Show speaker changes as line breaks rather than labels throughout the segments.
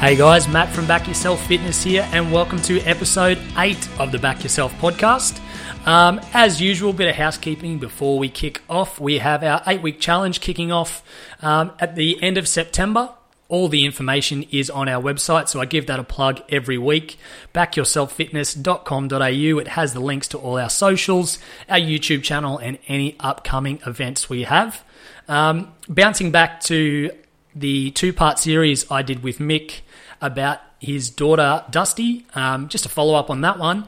Hey guys, Matt from Back Yourself Fitness here, and welcome to episode 8 of the Back Yourself podcast. Um, as usual, bit of housekeeping before we kick off. We have our eight week challenge kicking off um, at the end of September. All the information is on our website, so I give that a plug every week. Backyourselffitness.com.au. It has the links to all our socials, our YouTube channel, and any upcoming events we have. Um, bouncing back to the two part series I did with Mick about his daughter Dusty, um, just to follow up on that one,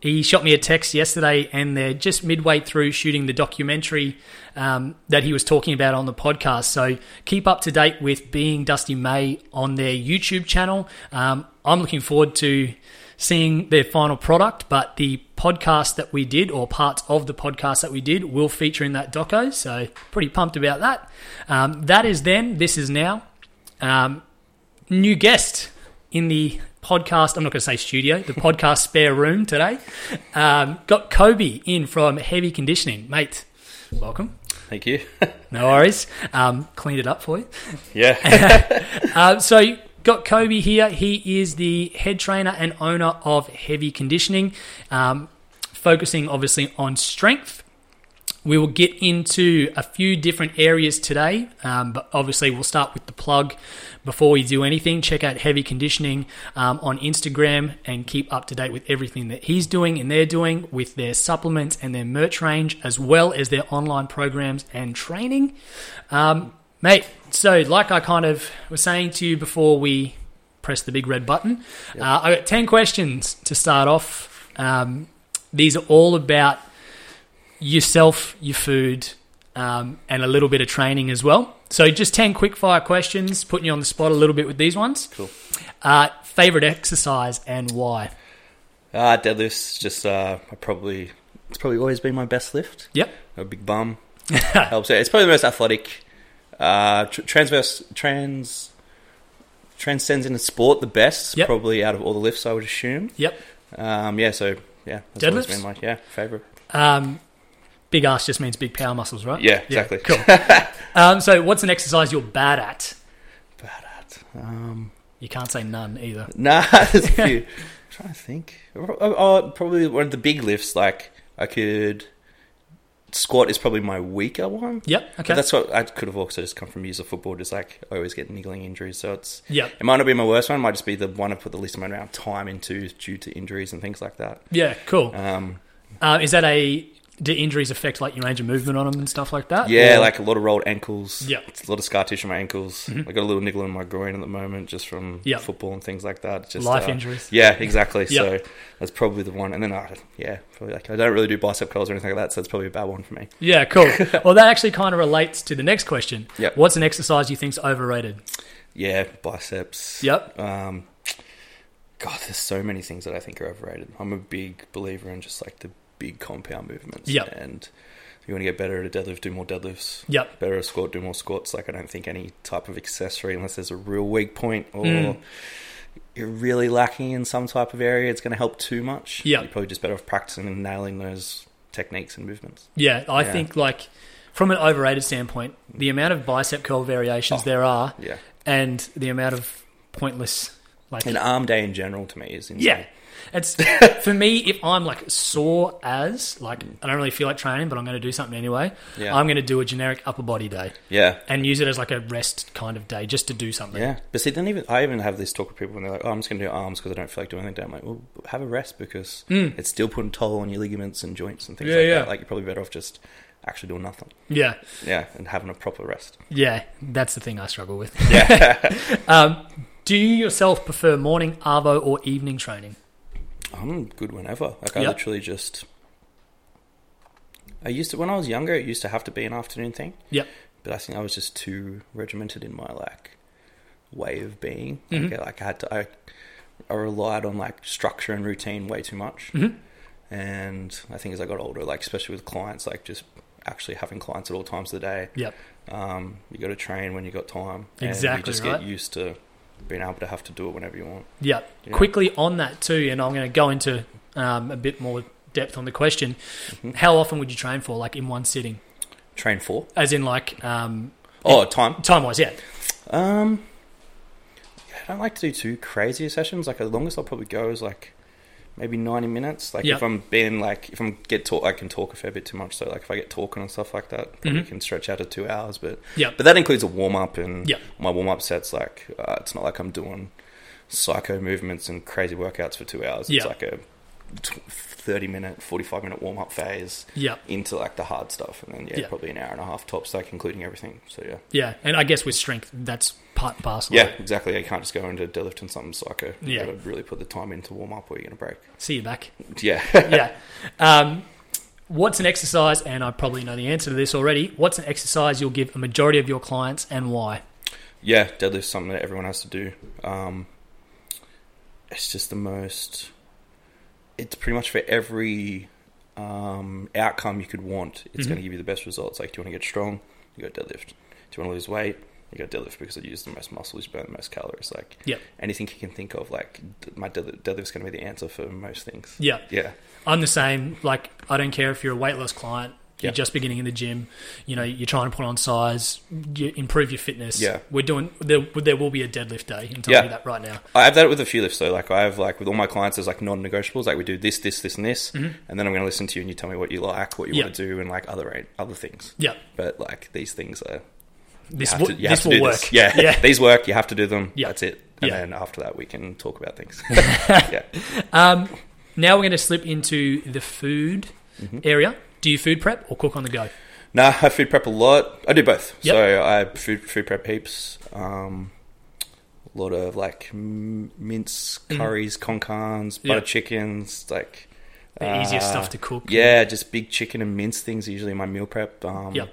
he shot me a text yesterday and they're just midway through shooting the documentary um, that he was talking about on the podcast. So keep up to date with Being Dusty May on their YouTube channel. Um, I'm looking forward to seeing their final product, but the podcast that we did, or parts of the podcast that we did, will feature in that doco. So pretty pumped about that. Um, that is then, this is now. Um, new guest in the podcast. I'm not going to say studio, the podcast spare room today. Um, got Kobe in from Heavy Conditioning, mate. Welcome.
Thank you.
No worries. Um, cleaned it up for you.
yeah.
Uh, so you got Kobe here. He is the head trainer and owner of Heavy Conditioning, um, focusing obviously on strength. We will get into a few different areas today, um, but obviously we'll start with the plug. Before we do anything, check out Heavy Conditioning um, on Instagram and keep up to date with everything that he's doing and they're doing with their supplements and their merch range, as well as their online programs and training. Mate, so like I kind of was saying to you before we press the big red button, uh, I got 10 questions to start off. Um, these are all about yourself, your food, um, and a little bit of training as well. So just 10 quick fire questions, putting you on the spot a little bit with these ones.
Cool.
Uh, favorite exercise and why?
Uh, deadlifts, just uh, I probably it's probably always been my best lift.
Yep.
A big bum helps it. It's probably the most athletic. Uh, tr- transverse trans transcends into sport the best
Yep.
probably out of all the lifts I would assume.
Yep.
Um, yeah. So yeah, that's always
Deadlifts?
been my yeah favorite.
Um, big ass just means big power muscles, right?
Yeah, exactly.
Uh, cool. um, so what's an exercise you're bad at?
Bad at. Um,
You can't say none either.
nah, there's a few. I'm trying to think. Oh, oh, probably one of the big lifts. Like I could squat is probably my weaker one.
Yep. Okay.
But that's what I could have also just come from years of football. Just like I always get niggling injuries, so it's
Yep.
It might not be my worst one. It might just be the one I put the least amount of time into due to injuries and things like that.
yeah. Cool.
Um,
Uh, is that a do injuries affect like your range of movement on them and stuff like that?
yeah,
Or-
like a lot of rolled ankles.
Yep.
a lot of scar tissue in my ankles.
Mm-hmm.
I got a little niggle in my groin at the moment just from
Yep.
football and things like that. Just uh,
Life injuries.
Yeah, exactly.
Yep.
So that's probably the one. And then I, yeah, probably like I don't really do bicep curls or anything like that, so it's probably a bad one for me.
yeah. Cool. well, that actually kind of relates to the next question.
Yep.
What's an exercise you think's overrated?
Yeah, biceps.
Yep.
Um, God, there's so many things that I think are overrated. I'm a big believer in just like the big compound movements.
Yep.
And if you want to get better at a deadlift, do more deadlifts.
Yep.
Better at a squat, do more squats. Like I don't think any type of accessory, unless there's a real weak point or
Mm.
you're really lacking in some type of area, it's going to help too much.
Yep.
You're probably just better off practicing and nailing those techniques and movements.
Yeah. I
Yeah.
think like from an overrated standpoint, the amount of bicep curl variations
Oh.
there are,
Yeah.
and the amount of pointless like
An arm day in general to me is insane.
Yeah. It's for me if I'm like sore as like I don't really feel like training, but I'm going to do something anyway.
Yeah.
I'm going to do a generic upper body day
Yeah.
and use it as like a rest kind of day just to do something.
Yeah, but see, then even I even have this talk with people when they're like, "Oh, I'm just going to do arms because I don't feel like doing anything." I'm like, "Well, have a rest because it's still putting toll on your ligaments and joints and things
Hmm. Yeah,
like
yeah.
that. Like you're probably better off just actually doing nothing.
Yeah,
Yeah, and having a proper rest.
yeah, that's the thing I struggle with. Yeah. um, do you yourself prefer morning arvo or evening training?
I'm good whenever. Like I
Yeah.
literally just. I used to when I was younger. It used to have to be an afternoon thing,
Yep.
but I think I was just too regimented in my like way of being.
Mm-hmm.
Like, I- like I had to. I, I relied on like structure and routine way too much.
Mhm.
and I think as I got older, like especially with clients, like just actually having clients at all times of the day.
Yep.
Um, you got to train when you got time. And
Exactly
you just
right.
get used to being able to have to do it whenever you want.
Yep.
Yeah.
Quickly on that too, and I'm going to go into um, a bit more depth on the question.
Mm-hmm.
How often would you train for, like in one sitting,
Train for
as in like um,
oh time.
time wise? Yeah.
Um, yeah, I don't like to do too crazy sessions. Like the longest I'll probably go is like maybe ninety minutes. Like
Yep.
if I'm being like if I'm get talk, I can talk a fair bit too much. So like if I get talking and stuff like that, probably can stretch out to two hours. But
Yep.
but that includes a warm up and
Yep.
my warm up sets. Like uh, it's not like I'm doing psycho movements and crazy workouts for two hours.
Yep.
It's like a tw- thirty minute, forty five minute warm up phase
Yep.
into like the hard stuff, and then yeah,
Yep.
probably an hour and a half tops, like including everything. So yeah.
Yeah, and I guess with strength, that's part and parcel.
Yeah, exactly. You can't just go into deadlift and something psycho.
Yeah.
you got to really put the time in to warm up or you're going to break.
See you back.
Yeah.
yeah. Um, what's an exercise? And I probably know the answer to this already. What's an exercise you'll give a majority of your clients and why?
yeah, deadlift's something that everyone has to do. Um, it's just the most. It's pretty much for every um, outcome you could want. It's
Mm-hmm.
going to give you the best results. Like, do you want to get strong? You go deadlift. Do you want to lose weight? You go deadlift because it uses the most muscles, you burn the most calories. Like,
Yep.
anything you can think of, like, d- my deadlift, deadlift's going to be the answer for most things.
Yeah.
Yeah.
I'm the same. Like, I don't care if you're a weight loss client, you're
Yeah.
just beginning in the gym, you know, you're trying to put on size, you improve your fitness.
Yeah.
We're doing, there, there will be a deadlift day. I'm telling
Yeah.
you that right now.
I have that with a few lifts though. Like I have like with all my clients, there's like non-negotiables. Like we do this, this, this, and this, and then I'm going to listen to you and you tell me what you like, what you
Mm-hmm. Yeah.
want to do, and like other other things.
Yeah.
But like these things are you
This,
have
will
to, you
this
have to
will
do
work.
this. Yeah,
Yeah.
these work. You have to do them.
Yeah.
That's it. And
Yeah.
then after that, we can talk about things. yeah.
Now we're going to slip into the food
Mm-hmm.
area. Do you food prep or cook on the go?
Nah, I food prep a lot. I do both.
Yep.
So I food food prep heaps. Um, a lot of like m- mince
Mm-hmm.
curries, concans, butter
Yep.
chickens, like
The easiest
Uh,
stuff to cook.
Yeah, just big chicken and mince things are usually my meal prep. Um,
Yep.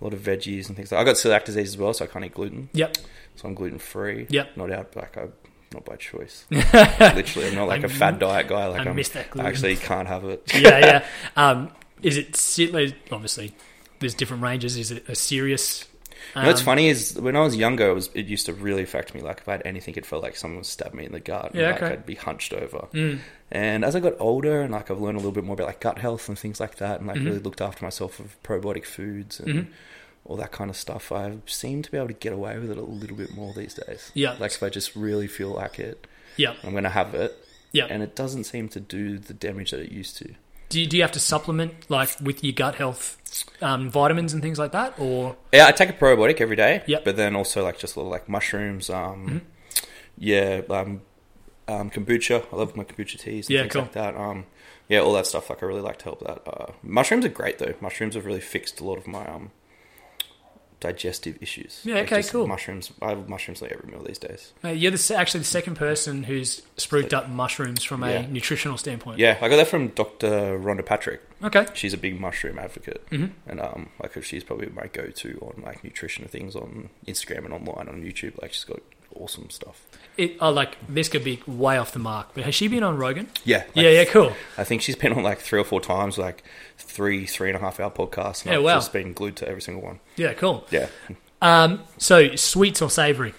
A lot of veggies and things. I got celiac disease as well, so I can't eat gluten.
Yep.
So I'm gluten free.
Yep.
Not out, like I, not by choice. Literally, I'm not like a fad diet guy. Like
I
I'm,
miss that gluten.
I actually can't have it.
yeah, yeah. Um, is it se- obviously? There's different ranges. Is it a serious?
You know what's
um,
funny is when I was younger, it, was, it used to really affect me. Like if I had anything, it felt like someone stabbed me in the gut. and,
Yeah,
like
okay. Mm.
I'd be hunched over. And as I got older, and like I've learned a little bit more about like gut health and things like that,
Mm-hmm.
and like really looked after myself with probiotic foods and all that kind of stuff, I seem to be able to get away with it a little bit more these days.
Yeah.
like if I just really feel like it,
Yeah,
I'm gonna have it.
yeah.
And it doesn't seem to do the damage that it used to.
Do you, do you have to supplement like with your gut health, um, vitamins and things like that, or
Yeah, I take a probiotic every day.
Yep. Mm-hmm.
But then also like just a little like mushrooms. Um, Yeah, um, um, kombucha. I love my kombucha teas and
Yeah,
things
cool.
like that. Um, yeah, all that stuff. Like I really like to help that. Uh, mushrooms are great though. Mushrooms have really fixed a lot of my um, digestive issues.
Yeah, okay,
just
cool.
Mushrooms. I have mushrooms like every meal these days.
Mate, you're the, se- actually the second person who's spruced up mushrooms from a
Yeah.
nutritional standpoint.
Yeah, I got that from Dr. Rhonda Patrick.
Okay.
She's a big mushroom advocate,
Mm-hmm.
and um, like she's probably my go-to on like nutrition things on Instagram and online on YouTube. Like she's got awesome stuff.
It, oh, like this could be way off the mark, but has she been on Rogan?
Yeah, like
yeah, yeah, cool.
I think she's been on like three or four times, like three, three and a half hour podcasts. And
Yeah,
I've
wow.
just been glued to every single one.
Yeah, cool.
Yeah.
Um, so sweets or savory?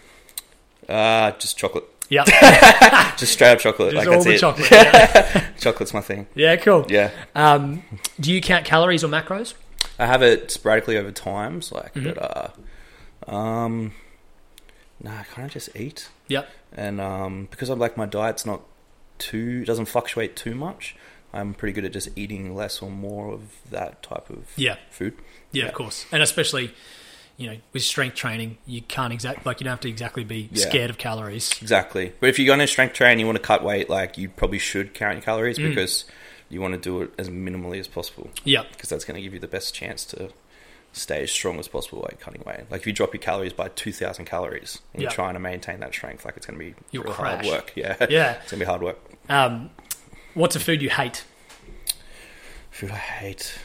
Uh, just chocolate.
Yeah,
Just straight up chocolate.
just
like,
all
that's
the
it.
chocolate. Yeah.
Chocolate's my thing.
yeah, cool.
Yeah.
Um, do you count calories or macros?
I have it sporadically over times, like,
Mm-hmm.
but, uh, um, no, I kind of just eat.
Yep.
And, um, because I'm like, my diet's not too, doesn't fluctuate too much, I'm pretty good at just eating less or more of that type of
Yeah.
food.
Yeah,
Yeah.
of course. And especially, you know, with strength training, you can't exact like you don't have to exactly be
Yeah.
scared of calories.
Exactly. But if you're going to strength train, you want to cut weight, like you probably should count your calories
Mm.
because you want to do it as minimally as possible
Yeah,
because that's going to give you the best chance to stay as strong as possible while cutting weight. Like if you drop your calories by 2,000 calories and
Yeah.
you're trying to maintain that strength, like it's going to be
You'll
real
crash.
hard work. Yeah.
Yeah.
it's going to be hard work.
Um, what's a food you hate?
Food I hate.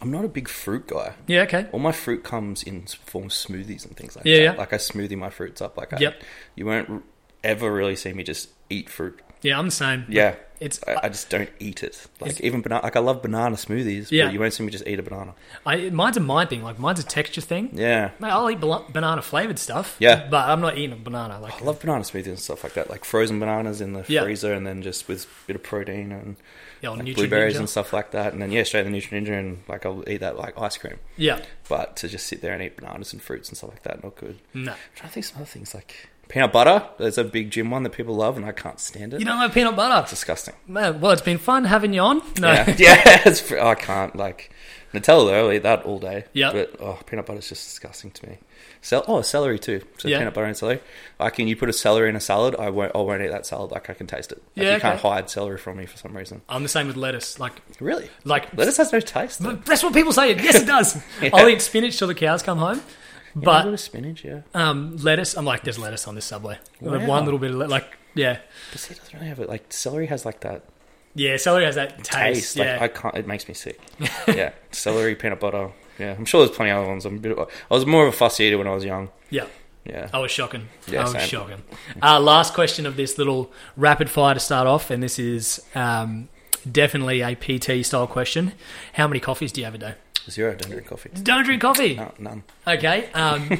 I'm not a big fruit guy.
Yeah, okay.
All my fruit comes in s- form of smoothies and things like
Yeah,
that.
yeah.
Like I smoothie my fruits up. Like I,
Yep.
you won't r- ever really see me just eat fruit.
Yeah, I'm the same.
Yeah.
It's
I, I just don't eat it. Like even banana, like I love banana smoothies,
Yeah.
but you won't see me just eat a banana.
I, mine's a mind thing. Like mine's a texture thing.
Yeah,
Mate, I'll eat bal- banana flavored stuff.
Yeah.
but I'm not eating a banana. Like
I love banana smoothies and stuff like that, like frozen bananas in the
Yeah.
freezer, and then just with a bit of protein and
the old
like
Nutri
blueberries
Ninja.
and stuff like that, and then yeah, straight in the Nutri Ninja, and like I'll eat that like ice cream.
Yeah,
But to just sit there and eat bananas and fruits and stuff like that, not good.
no.
I'm trying to think of some other things like Peanut butter, there's a big gym one that people love, and I can't stand it.
You don't like peanut butter?
disgusting.
Man, well, it's been fun having you on. No.
Yeah, yeah. It's, fr- oh, I can't like Nutella though. I'll eat that all day.
Yep.
But oh, peanut butter is just disgusting to me. Cel- oh, celery too. So
Yeah.
peanut butter and celery. Like, can you put a celery in a salad? I won't. I won't eat that salad. Like, I can taste it. Like,
Yeah,
you can't
okay.
hide celery from me for some reason.
I'm the same with lettuce. Like,
Really?
like
Lettuce has no taste. Though.
but that's what people say. Yes, it does. I'll eat spinach till the cows come home.
a
But
little spinach, yeah.
um, lettuce, I'm like, there's lettuce on this subway. I'll have
Wow.
One little bit of le- like, yeah,
But see, it doesn't really have it. Like celery has like that
yeah. Celery has that taste.
taste. Like
yeah,
I can't. It makes me sick. yeah, celery, peanut butter. Yeah, I'm sure there's plenty of other ones. I'm a bit. Of, I was more of a fussy eater when I was young.
yeah.
Yeah.
I was shocking.
Yeah,
I was
same.
shocking. Uh, last question of this little rapid fire to start off, and this is um, definitely a PT style question. How many coffees do you have a day?
Zero. Don't drink coffee.
Don't drink coffee.
No, none.
Okay. Um,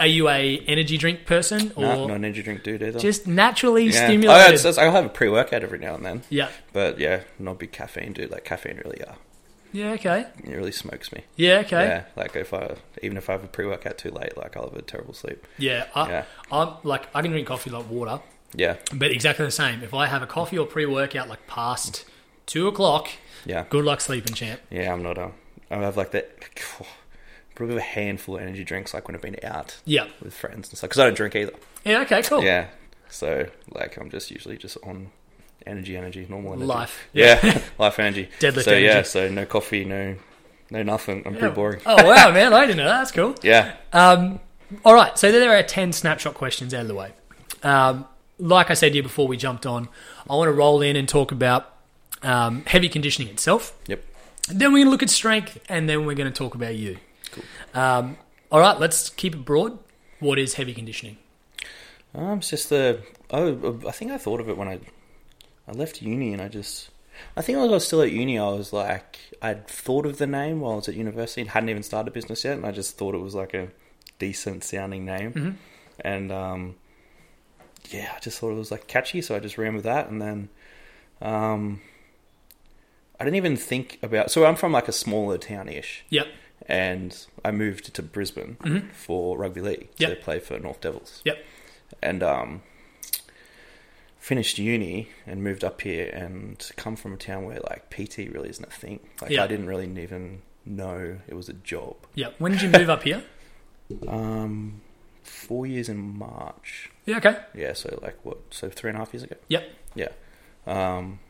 are you a energy drink person or
No, no energy drink, dude. Either.
just naturally
Yeah.
stimulated?
Oh, it's, it's, I'll have a pre workout every now and then.
yeah.
But yeah, not a big caffeine dude. Like caffeine really, uh,
Yeah. Okay.
it really smokes me.
Yeah. Okay.
Yeah, like if I even if I have a pre workout too late, like I'll have a terrible sleep.
Yeah, I,
Yeah.
I'm like I can drink coffee like water,
Yeah,
but exactly the same. If I have a coffee or pre-workout like past two o'clock,
yeah,
good luck sleeping, champ.
yeah. I'm not. Um, I have like that. Probably a handful of energy drinks, like when I've been out
Yeah,
with friends and stuff. Because I don't drink either.
yeah, okay, cool.
Yeah, so like I'm just usually just on energy, energy, normal energy.
Life.
Yeah, life energy.
Deadlift
so, yeah,
energy.
so no coffee, no, no nothing. I'm
Yeah.
pretty boring.
oh wow, man, I didn't know that. That's cool.
Yeah.
Um, all right, so there are ten snapshot questions out of the way. Um, like I said to you before we jumped on, I want to roll in and talk about um, heavy conditioning itself.
Yep.
Then we're going to look at strength, and then we're going to talk about you. Cool. Um, all right, let's keep it broad. What is heavy conditioning?
Um, it's just the oh, I think I thought of it when I I left uni and I just I think when I was still at uni, I was like I'd thought of the name while I was at university and hadn't even started business yet, and I just thought it was like a decent sounding name, and um, yeah, I just thought it was like catchy, so I just ran with that, and then um, I didn't even think about. So I'm from like a smaller town ish
Yep.
and I moved to Brisbane for rugby league
Yep.
to play for North Devils.
Yep.
And um, finished uni and moved up here and come from a town where like PT really isn't a thing. Like
Yeah.
I didn't really even know it was a job.
Yeah. When did you move up here?
Um, four years in March.
Yeah. Okay.
Yeah, so like what? So three and a half years ago.
Yep.
Yeah. Um,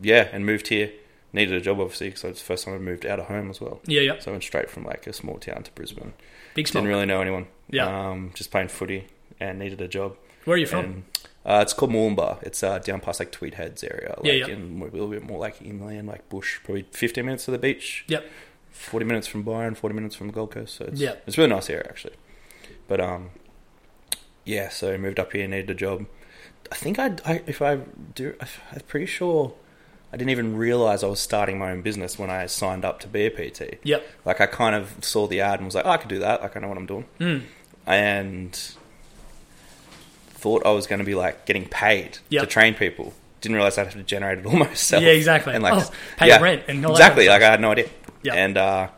yeah, and moved here. Needed a job obviously because it's the first time I moved out of home as well.
Yeah. Yep.
So I went straight from like a small town to Brisbane.
Big
Didn't
smoke.
really know anyone.
Yeah.
Um, just playing footy and needed a job.
Where are you from?
And, uh, it's called Moolumbar. It's uh, down past like Tweed Heads area. Like
Yeah, yeah.
In, a little bit more like inland, like bush. Probably 15 minutes to the beach.
Yep.
40 minutes from Byron, 40 minutes from Gold Coast. So it's,
Yeah.
it's a really nice area actually. But um, yeah, so moved up here, needed a job. I think I, I if I do, I'm pretty sure I didn't even realize I was starting my own business when I signed up to be a PT.
Yep.
Like I kind of saw the ad and was like, oh, I could do that. Like I know what I'm doing,
Mm.
and thought I was going to be like getting paid
Yep.
to train people. Didn't realize I'd have to generate it all myself.
Yeah, exactly.
And like
Oh, pay rent and all that
exactly.
kind
like I had no idea.
Yep.
And uh,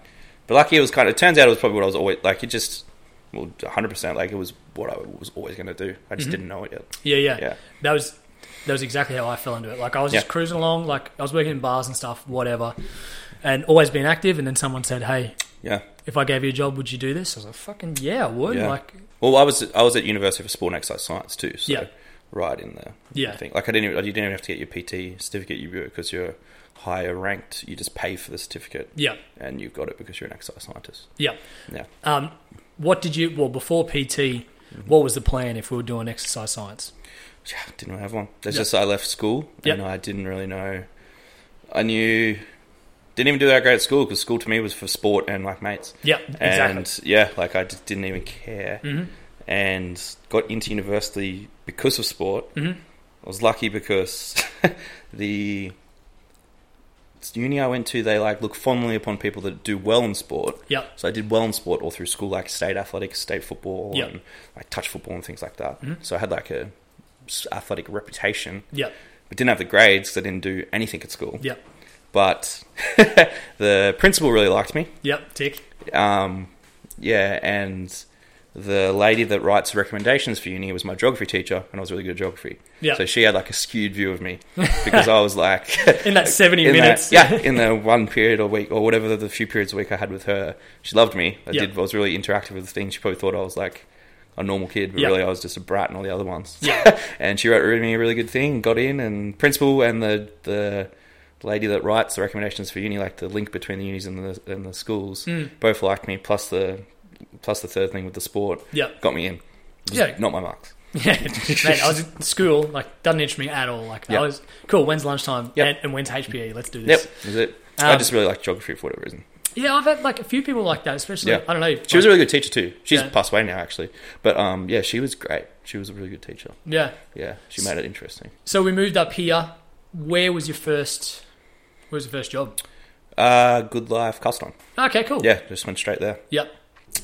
but lucky it was kind of. It turns out it was probably what I was always like. It just well, 100 percent. Like it was what I was always going to do. I
Mm-hmm.
just didn't know it yet.
Yeah, yeah.
Yeah.
That was that was exactly how I fell into it. Like I was just
Yeah.
cruising along, like I was working in bars and stuff, whatever, and always been active. And then someone said, "Hey,
Yeah.
if I gave you a job, would you do this?" I was like, "Fucking yeah, I would."
Yeah.
Like,
Well, I was I was at University for Sport and Exercise Science too, so
Yeah.
right in there.
Yeah.
I think like I didn't even, you didn't even have to get your PT certificate. You because you're higher ranked, you just pay for the certificate,
yeah,
and you've got it because you're an exercise scientist.
yeah.
Yeah.
Um, what did you? Well, before PT,
Mm-hmm.
what was the plan if we were doing exercise science?
Yeah, didn't have one. It's
Yeah.
just I left school
Yeah.
and I didn't really know. I knew didn't even do that great at school because school to me was for sport and like mates.
Yeah, exactly. Mm. Mm-hmm,
And yeah, like I just didn't even care. And got into university because of sport.
Mhm.
I was lucky because the uni I went to, they like look fondly upon people that do well in sport.
Yeah,
So I did well in sport all through school, like state athletics, state football,
Yep.
and like touch football and things like that.
Mm-hmm.
So I had like a s- athletic reputation,
yeah,
but didn't have the grades. 'cause I didn't do anything at school.
yeah,
But the principal really liked me.
yeah. Tick.
Um, yeah, and the lady that writes recommendations for uni was my geography teacher, and I was really good at geography.
Yeah.
So she had like a skewed view of me because I was like
In that 70
in that-
minutes.
yeah, in the one period a week or whatever the few periods a week I had with her, she loved me. I
Yeah.
did. I was really interactive with the things. She probably thought I was like a normal kid, but
Yeah.
really I was just a brat and all the other ones.
Yeah.
and she wrote me a really good thing. Got in, and principal and the the lady that writes the recommendations for uni, like the link between the unis and the and the schools,
Hmm.
both liked me. Plus the plus the third thing with the sport
Yeah.
got me in. It was
Yeah.
not my marks.
Yeah, mate, I was in school, like, doesn't interest me at all. Like,
Yeah.
I was, cool, when's lunchtime?
Yep.
And, and when's HPE? Let's do
Yep,
this.
that was it. I
Um,
just really liked geography for whatever reason.
Yeah, I've had, like, a few people like that, especially,
Yeah.
I don't know.
She was a
like-
really good teacher too. She's
Yeah.
passed away now, actually. But um, yeah, she was great. She was a really good teacher.
yeah.
Yeah, she made it interesting.
So we moved up here. Where was your first, where was your first job?
Uh, good life, custom.
Okay, cool.
Yeah, just went straight there.
Yep.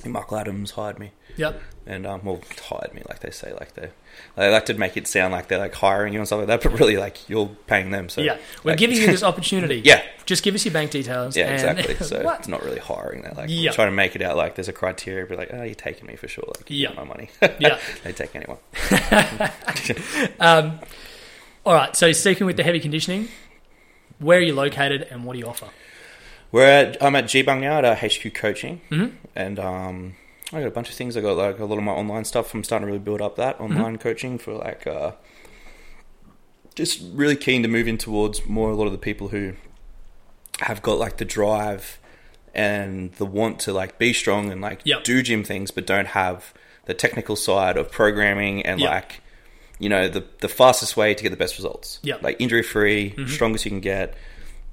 Michael Adams hired me,
Yep.
and um, well, hired me like they say, like they they like to make it sound like they're like hiring you and stuff like that, but really like you're paying them. So
yeah. We're
like-
giving you this opportunity.
Yeah.
Just give us your bank details.
Yeah,
and-
exactly. So
what?
it's not really hiring. They're like
Yeah.
trying to make it out like there's a criteria, but like, oh, you're taking me for sure. Like, you
Yeah.
get my money.
Yeah.
they take anyone.
All right. So sticking with the heavy conditioning, where are you located and what do you offer?
We're at, I'm at Gbang now at uh, HQ Coaching,
Mm-hmm.
and um, I got a bunch of things. I got like a lot of my online stuff. I'm starting to really build up that
Mm-hmm.
online coaching for like uh, just really keen to move in towards more a lot of the people who have got like the drive and the want to like be strong and like
Yep.
do gym things, but don't have the technical side of programming and
Yep.
like you know the the fastest way to get the best results.
Yep. Mm-hmm.
like injury free, strongest you can get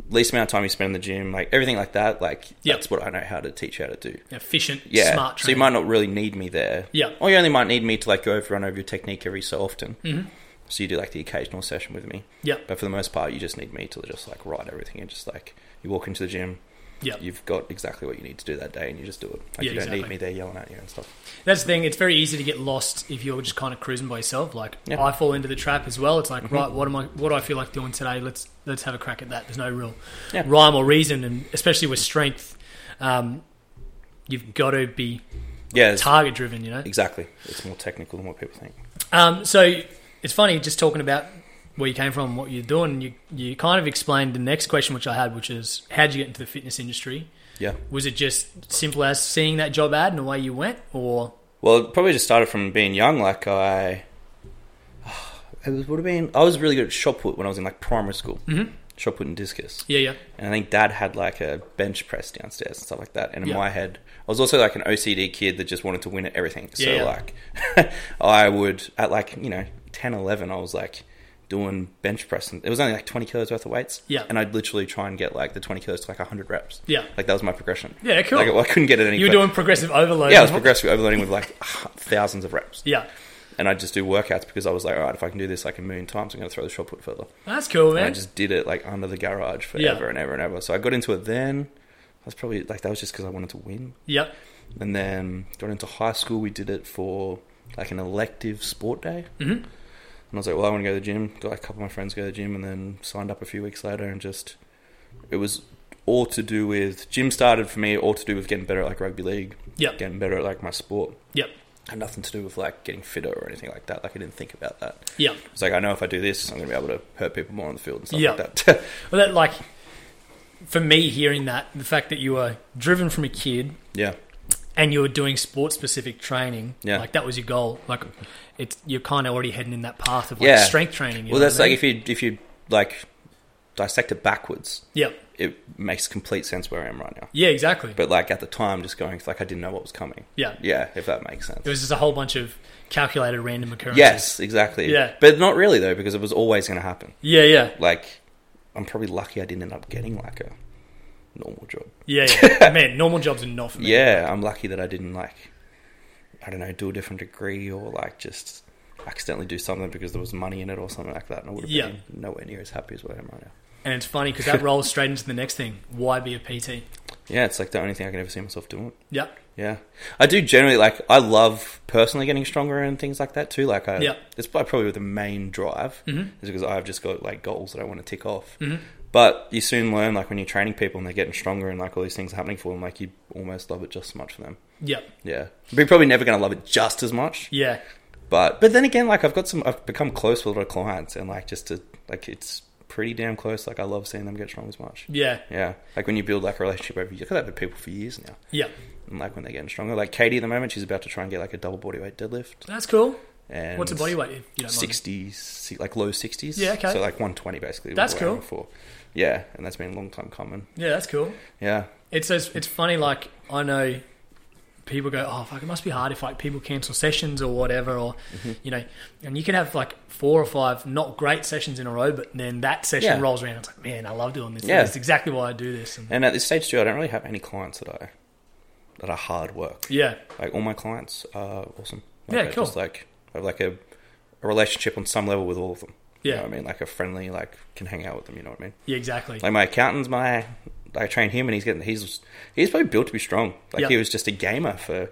least amount of time you spend in the gym, like everything like that, like
Yeah.
that's what I know how to teach you how to do.
Efficient,
Yeah.
smart
so you
training.
might not really need me there.
Yeah.
Or you only might need me to like go over run over your technique every so often. Mm-hmm. So you do like the occasional session with me.
Yep.
But for the most part, you just need me to just like write everything and just like you walk into the gym,
Yep.
you've got exactly what you need to do that day, and you just do it. Like
Yeah,
you don't
exactly.
need me there yelling at you and stuff.
That's the thing. It's very easy to get lost if you're just kind of cruising by yourself. Like
Yeah.
I fall into the trap as well. It's like
Mm-hmm.
right, what am I? What do I feel like doing today? Let's let's have a crack at that. There's no real
Yeah.
rhyme or reason, and especially with strength, um, you've got to be
Yeah. it's-
target driven. You know.
Exactly. It's more technical than what people think.
Um, so it's funny just talking about where you came from, what you're doing. You you kind of explained the next question which I had, which is how did you get into the fitness industry?
Yeah.
Was it just simple as seeing that job ad and away you went, or
Well, it probably just started from being young. Like I, it was, would have been. I was really good at shot put when I was in like primary school. Mm-hmm. Shot put and discus,
yeah, yeah,
and I think Dad had like a bench press downstairs and stuff like that. And in
Yeah.
my head, I was also like an OCD kid that just wanted to win at everything. So
Yeah, yeah.
like, I would at like you know 10, 11, I was like doing bench press, and it was only like twenty kilos worth of weights.
Yeah.
and I'd literally try and get like the twenty kilos to like hundred reps.
Yeah.
like that was my progression.
Yeah, cool.
Like, I couldn't get it any.
you were
quick-
doing progressive overload?
yeah, I was progressively overloading with like thousands of reps.
Yeah,
And I'd just do workouts because I was like, all right, if I can do this like a million times, I'm going to throw the shot put further.
that's cool,
And I
man.
just did it like under the garage
Yeah.
forever and ever and ever. So I got into it then. I was probably like, that was just because I wanted to win.
yep,
And then got into high school. We did it for like an elective sport day. Mm-hmm. And I was like, well, I want to go to the gym. Got like, a couple of my friends to go to the gym and then signed up a few weeks later and just, it was all to do with, gym started for me all to do with getting better at like rugby league,
yep,
getting better at like my sport
yep,
had nothing to do with like getting fitter or anything like that. Like I didn't think about that.
yep.
It's like I know if I do this, I'm going to be able to hurt people more on the field and stuff
Yeah.
like that.
Well, that like for me, hearing that the fact that you were driven from a kid
yeah,
and you were doing sport specific training,
Yeah.
like that was your goal. Like it's you're kind of already heading in that path of like
Yeah.
strength training. you
well,
know
that's
what I
like
mean?
if you if you like dissect it backwards,
Yep.
it makes complete sense where I am right now.
Yeah, exactly.
But like at the time, just going like I didn't know what was coming.
yeah.
Yeah, if that makes sense.
It was just a whole bunch of calculated random occurrences.
yes, exactly.
Yeah.
but not really though because it was always going to happen.
Yeah, yeah.
Like I'm probably lucky I didn't end up getting like a normal job.
Yeah, yeah. Man, normal jobs are not for me.
Yeah, I'm lucky that I didn't like, I don't know, do a different degree or like just accidentally do something because there was money in it or something like that, and I would have
Yeah.
been nowhere near as happy as where I am right now.
And it's funny because that rolls straight into the next thing. Why be a PT?
Yeah, it's like the only thing I can ever see myself doing.
Yep.
Yeah, I do generally like. I love personally getting stronger and things like that too. Like, I,
Yeah. Mm-hmm.
it's probably the main drive is because I've just got like goals that I want to tick off. But you soon learn, like when you're training people and they're getting stronger and like all these things are happening for them, like you almost love it just as much for them.
Yeah.
Yeah, we're probably never going to love it just as much.
Yeah.
But but then again, like I've got some, I've become close with a lot of clients, and like just to like it's pretty damn close. Like I love seeing them get strong as much.
Yeah.
Yeah, like when you build like a relationship over, you could have with people for years now,
Yeah.
and like when they're getting stronger. Like Katie at the moment, she's about to try and get like a double body weight deadlift.
That's cool.
And
What's her body weight? If you don't mind.
Sixties, like low sixties.
Yeah, okay.
So like one twenty basically.
That's
what we're
cool.
aiming For. Yeah, and that's been a long time coming.
Yeah, that's cool.
Yeah,
It's just, it's funny. Like I know people go, oh fuck, it must be hard if like people cancel sessions or whatever, or
Mm-hmm.
you know, and you can have like four or five not great sessions in a row, but then that session
Yeah.
rolls around. It's like, man, I love doing this.
Yeah.
It's exactly why I do this. And,
and at this stage too, I don't really have any clients that I that are hard work.
yeah,
like all my clients are awesome. Like,
Yeah,
I
cool.
Just like I have like a, a relationship on some level with all of them. You
Yeah.
know what I mean, like a friendly, like can hang out with them. You know what I mean?
yeah, exactly.
Like my accountant's my, I trained him and he's getting he's he's probably built to be strong. Like
Yeah.
he was just a gamer for.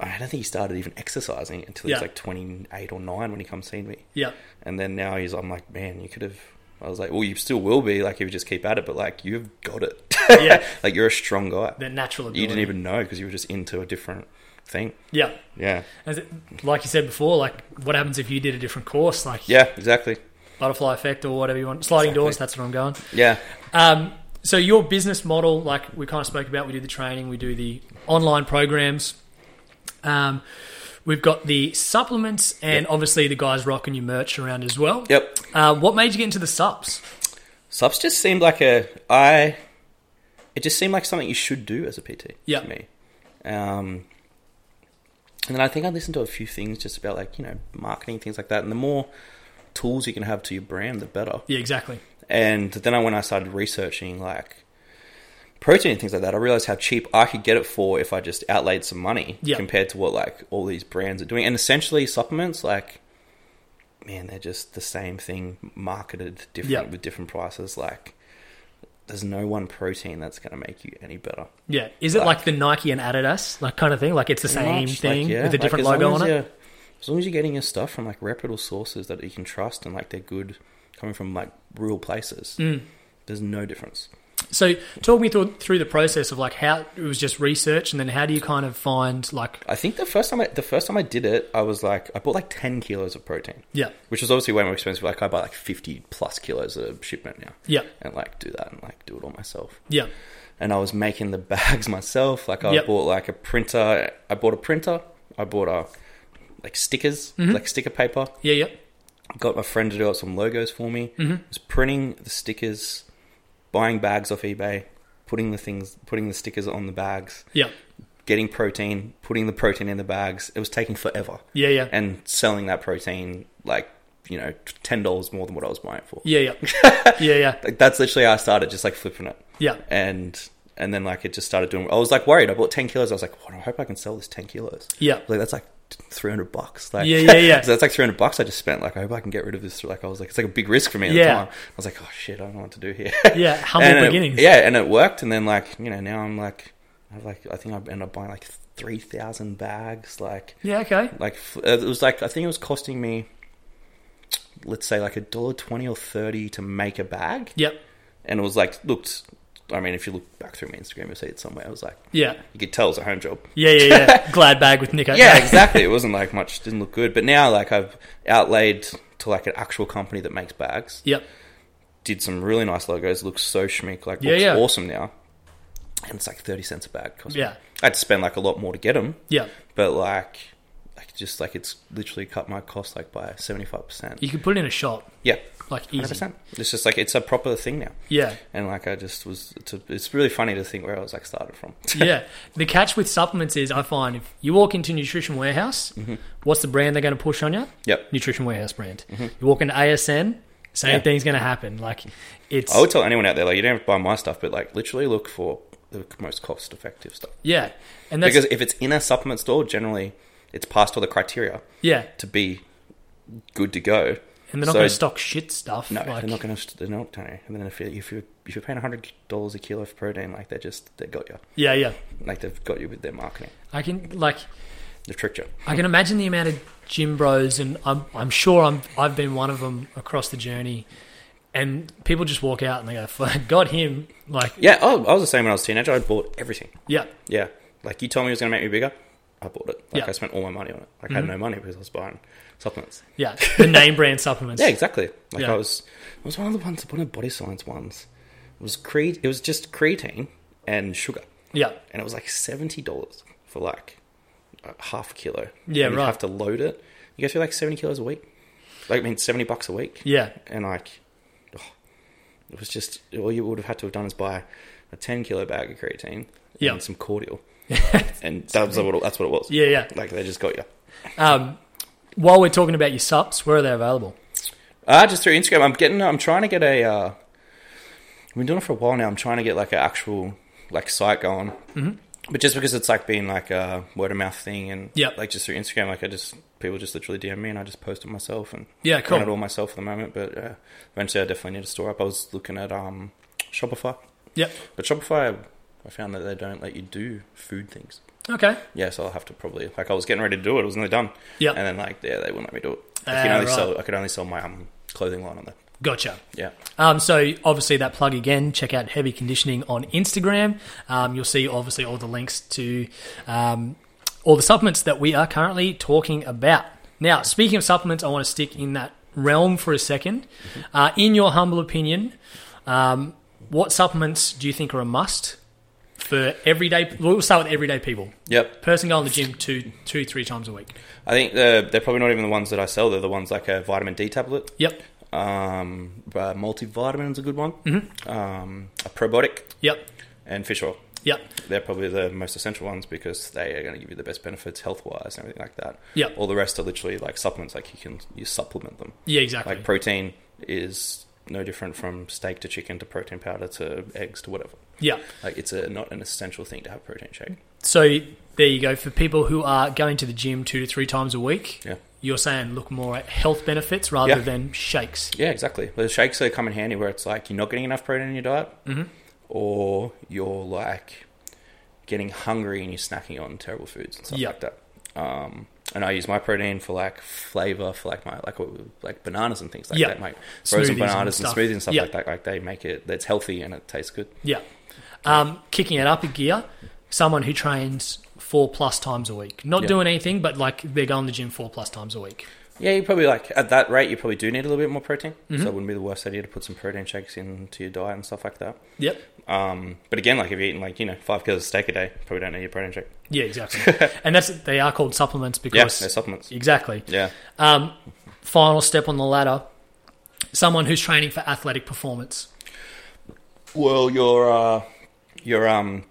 I don't think he started even exercising until
Yeah.
he's like twenty eight or nine when he comes seeing me,
yeah,
and then now he's I'm like man you could have. I was like, well, you still will be like if you just keep at it, but like you've got it.
Yeah.
like you're a strong guy.
that natural ability.
You didn't even know because you were just into a different thing.
Yeah.
Yeah.
As it, like you said before, like what happens if you did a different course, like
Yeah, exactly.
butterfly effect or whatever you want, sliding
Exactly.
doors. That's what I'm going.
Yeah,
Um, so your business model, like we kind of spoke about, we do the training, we do the online programs. Um, we've got the supplements, and obviously the guys rocking your merch around as well.
yep.
Um, what made you get into the subs?
Subs just seemed like a I. It just seemed like something you should do as a PT.
Yeah.
to me. Um, and then I think I listened to a few things just about like you know marketing things like that, and the more tools you can have to your brand, the better.
Yeah, exactly.
And then I, when I started researching like protein and things like that, I realized how cheap I could get it for if I just outlaid some money
Yeah.
compared to what like all these brands are doing. And essentially, supplements like man, they're just the same thing marketed different
Yeah.
with different prices. Like, there's no one protein that's going to make you any better.
Yeah, is it like,
Like-
the Nike and Adidas, like kind of thing? Like it's the same
Pretty much,
thing
like, yeah,
with a
like,
different
as long
logo
as
on it.
you're- As long as you're getting your stuff from like reputable sources that you can trust and like they're good, coming from like real places,
Mm.
there's no difference.
So talk me through, through the process of like how it was just research, and then how do you kind of find like
I think the first time I, the first time I did it, I was like, I bought like ten kilos of protein,
yeah,
which was obviously way more expensive. Like I buy like fifty plus kilos of shipment now,
yeah,
and like do that and like do it all myself.
yeah,
And I was making the bags myself. Like I
Yep.
bought like a printer. I bought a printer. I bought a like stickers, like sticker paper.
yeah, yeah,
Got my friend to do up some logos for me. Was printing the stickers, buying bags off eBay, putting the things, putting the stickers on the bags,
yeah,
getting protein, putting the protein in the bags. It was taking forever.
yeah, yeah,
and selling that protein like you know ten dollars more than what I was buying it for.
yeah, yeah, yeah, yeah,
Like that's literally how I started, just like flipping it,
yeah.
and and then like it just started doing. I was like worried. I bought ten kilos. I was like, what? I hope I can sell this ten kilos.
Yeah.
Like that's like three hundred bucks. Like
Yeah, yeah, yeah.
so that's like three hundred bucks I just spent. Like I hope I can get rid of this. Like I was like, it's like a big risk for me at
Yeah.
the time. I was like, oh shit, I don't know what to do here.
Yeah, humble
And it-
beginnings.
yeah, and it worked. And then like you know now I'm like I have like I think I ended up buying like three thousand bags. Like
Yeah, okay.
like f- uh, it was like I think it was costing me, let's say like a dollar twenty or thirty to make a bag,
Yep.
and it was like looked. I mean, if you look back through my Instagram, you'll see it somewhere. I was like,
Yeah.
you could tell it was a home job.
Yeah, yeah, yeah. Glad bag with Nico.
Yeah, exactly. it wasn't like much. Didn't look good. But now, like, I've outlaid to like an actual company that makes bags.
Yep.
Did some really nice logos. Looks so schmick. Like,
Yeah,
looks
yeah.
awesome now. And it's like thirty cents a bag. Cost me.
Yeah.
I had to spend like a lot more to get them
Yep.
but like like just like it's literally cut my cost like by 75%
You could put it in a shop,
yeah
like easy.
100% it's just like it's a proper thing now
Yeah.
and like i just was it's, a, it's really funny to think where i was like started from
Yeah. The catch with supplements is I find if you walk into Nutrition Warehouse,
Mm-hmm.
what's the brand they're going to push on you?
yep
Nutrition Warehouse brand. You walk into ASN, same
Mm-hmm. Yeah. Oh.
thing's going to happen. Like it's
i would tell anyone out there like you don't have to buy my stuff but like literally look for the most cost effective stuff
yeah. And that's
because if it's in a supplement store generally it's past all the criteria
yeah.
to be good to go
And they're not
So-
going to stock shit stuff.
no,
like,
they're not going to. They're not going to. And then if you if you if you're paying hundred dollars a kilo for protein, like they just they got you.
yeah, yeah.
Like they've got you with their marketing.
I can like
They've tricked you.
I can imagine the amount of gym bros, and I'm, I'm sure I'm, I've been one of them across the journey. and people just walk out and they go, "Fuck, got him!" Like,
Yeah, oh, I was the same when I was a teenager. I bought everything.
yeah,
Yeah, like you told me it was going to make me bigger. I bought it. Like
Yeah. Mm-hmm.
I spent all my money on it. Like I had no money because I was buying supplements.
yeah, the name brand supplements.
Yeah, exactly. Like
Yeah.
I was, I was one of the ones, one of the body science ones. It was cre- It was just creatine and sugar,
yeah,
and it was like seventy dollars for like a half a kilo.
Yeah,
and You
right.
have to load it. You go through like seventy kilos a week. Like I mean, seventy bucks a week.
yeah,
and like, oh, it was just all you would have had to have done is buy a ten kilo bag of creatine
Yeah.
and some cordial, and that was what it, that's what it was.
yeah, yeah.
Like they just got you.
Um, while we're talking about your subs, where are they available?
Uh, just through Instagram. I'm getting. I'm trying to get a. Uh, I've been doing it for a while now. I'm trying to get like an actual like site going. Mm-hmm. But just because it's like being like a word of mouth thing and
Yep.
like just through Instagram, like I just people just literally DM me and I just post it myself and
Yeah,
run it
cool.
all myself at the moment. But uh, eventually, I definitely need a store up. I was looking at um Shopify,
Yep.
but Shopify, I found that they don't let you do food things.
Okay.
Yeah, so I'll have to probably like I was getting ready to do it. It was nearly done.
Yep.
and then like yeah, they wouldn't let me do it. I can
Ah,
only
right.
sell. I could only sell my um clothing line on there.
Gotcha.
Yeah.
Um, so obviously that plug again. Check out Heavy Conditioning on Instagram. Um, you'll see obviously all the links to um, all the supplements that we are currently talking about. Now, speaking of supplements, I want to stick in that realm for a second. Uh, in your humble opinion, um, what supplements do you think are a must for everyday? We'll start with everyday people.
Yep.
Person going to the gym two, two, three times a week.
I think they're, they're probably not even the ones that I sell. They're the ones like a vitamin D tablet.
Yep,
Um, uh, multivitamin's a good one.
Mm-hmm.
Um, a probiotic
yep,
and fish oil.
yep,
They're probably the most essential ones because they are going to give you the best benefits health wise and everything like that.
Yep.
All the rest are literally like supplements. Like you can you supplement them.
yeah, exactly.
Like protein is no different from steak to chicken to protein powder to eggs to whatever.
yeah.
Like it's a not an essential thing to have a protein shake.
So there you go. For people who are going to the gym two to three times a week,
Yeah.
you're saying look more at health benefits rather
Yeah.
than shakes.
Yeah, exactly. The shakes they come in handy where it's like you're not getting enough protein in your diet,
Mm-hmm.
or you're like getting hungry and you're snacking on terrible foods and stuff
Yeah.
like that. Um, and I use my protein for like flavor for like my like what- like bananas and things like
Yeah.
that, like frozen
Smoothies and
bananas and,
stuff.
smoothies and stuff
Yeah.
like that. Like they make it it's healthy and it tastes good.
Yeah. Um, kicking it up a gear, someone who trains four plus times a week, not
Yeah.
doing anything, but like they're going to the gym four plus times a week.
Yeah, you probably like at that rate you probably do need a little bit more protein. So it wouldn't be the worst idea to put some protein shakes into your diet and stuff like that.
Yep.
Um, but again, like if you're eating like you know five kilos of steak a day, probably don't need your protein shake.
Yeah, exactly. and that's they are called supplements
Yeah,
because
they're supplements.
exactly.
Yeah.
Um, final step on the ladder, someone who's training for athletic performance.
Well, your uh, your um,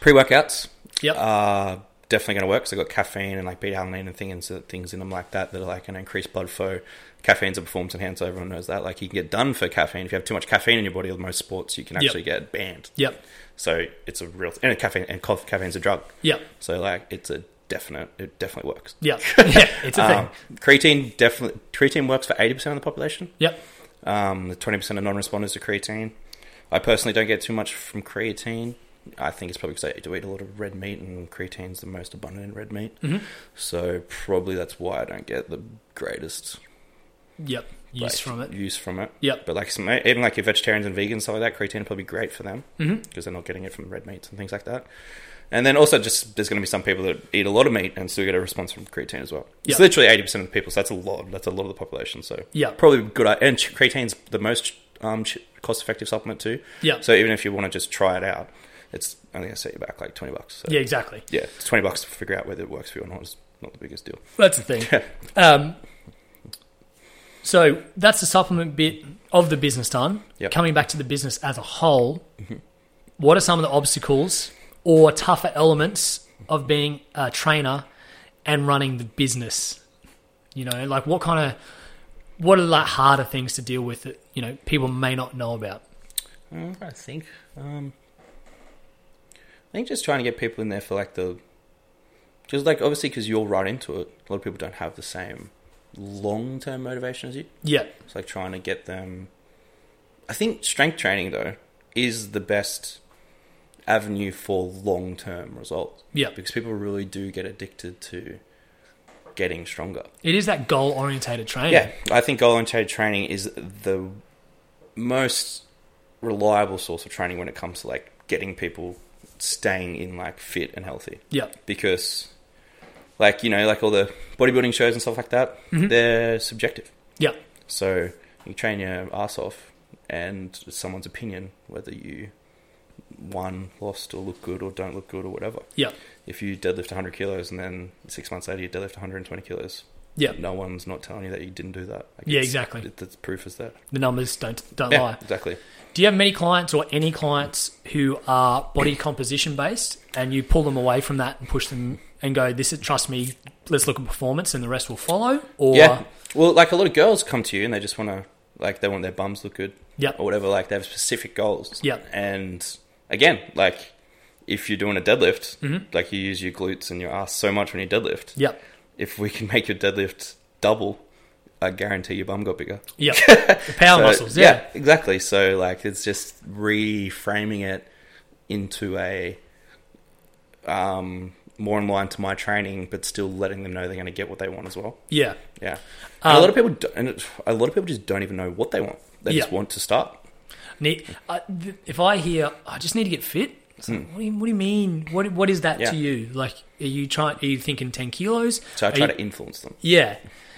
pre workouts
Yep.
Uh, are definitely going to work. So they've got caffeine and like beta alanine and things things in them like that that are like going to increase blood flow. Caffeine's a performance enhancer. Everyone knows that. Like you can get done for caffeine if you have too much caffeine in your body. With most sports, you can
Yep.
actually get banned.
yep.
So it's a real and caffeine and coff- caffeine's a drug.
Yep.
So like it's a definite. It definitely works.
Yep. yeah, it's a
Um,
thing.
creatine definitely creatine works for eighty percent of the population.
Yep.
Um, the twenty percent of non-responders to creatine. I personally don't get too much from creatine. I think it's probably because I do eat a lot of red meat, and creatine's the most abundant in red meat.
Mm-hmm.
So probably that's why I don't get the greatest
Yep. Use
like,
from it.
Use from it.
Yep.
But like some, e-, even like your vegetarians and vegans stuff like that, creatine probably great for them because
Mm-hmm.
they're not getting it from red meats and things like that. And then also just there's going to be some people that eat a lot of meat and still get a response from creatine as well.
Yep.
It's literally eighty percent of the people, so that's a lot. That's a lot of the population. So
Yep.
probably good. uh, And ch- creatine's the most um, ch- cost-effective supplement too.
Yep.
So even if you want to just try it out, it's only going to set you back like twenty bucks. So,
Yeah, exactly.
yeah, it's twenty bucks to figure out whether it works for you or not. It's not the biggest deal.
That's the thing. um, so that's the supplement bit of the business done.
Yep.
Coming back to the business as a whole, what are some of the obstacles or tougher elements of being a trainer and running the business? You know, like what kind of what are like harder things to deal with that you know people may not know about?
Uh, I think. Um, I think just trying to get people in there for like the, just like obviously because you're right into it. A lot of people don't have the same long term motivation as you.
Yeah,
It's like trying to get them. I think strength training though is the best avenue for long term results.
Yeah.
because people really do get addicted to getting stronger.
it is that goal orientated training.
Yeah, I think goal oriented training is the most reliable source of training when it comes to like getting people staying in like fit and healthy
Yeah.
because like you know like all the bodybuilding shows and stuff like that they're subjective
Mm-hmm. Yeah.
so you train your ass off and it's someone's opinion whether you won lost or look good or don't look good or whatever
Yeah.
if you deadlift 100 kilos and then six months later you deadlift 120 kilos
Yeah.
no one's not telling you that you didn't do that like
Yeah,
it's-
exactly.
it, the proof is there
The numbers don't don't
yeah
lie.
exactly
Do you have many clients or any clients who are body composition based and you pull them away from that and push them and go, This is trust me, let's look at performance and the rest will follow? Or
Yeah. Well, like a lot of girls come to you and they just want to, like, they want their bums look good.
Yep.
Or whatever. Like, they have specific goals.
Yep.
And again, like, if you're doing a deadlift,
Mm-hmm.
like, you use your glutes and your ass so much when you deadlift.
Yep.
If we can make your deadlift double, I guarantee your bum got bigger.
Yep. The power Oh,
So,
muscles, yeah.
Exactly. So, like, it's just reframing it into a um, more in line to my training, but still letting them know they're going to get what they want as well.
Yeah.
Yeah, and
Um,
a lot of people, do and it- a lot of people just don't even know what they want. They just
Yeah.
want to start.
Ne- I- th- if I hear, I just need to get fit. It's like, what, do you, what do you mean? What What is that
Hmm. Yeah.
to you? Like, are you trying? Are you thinking ten kilos?
So I
Are
try
you-
to influence them.
Yeah.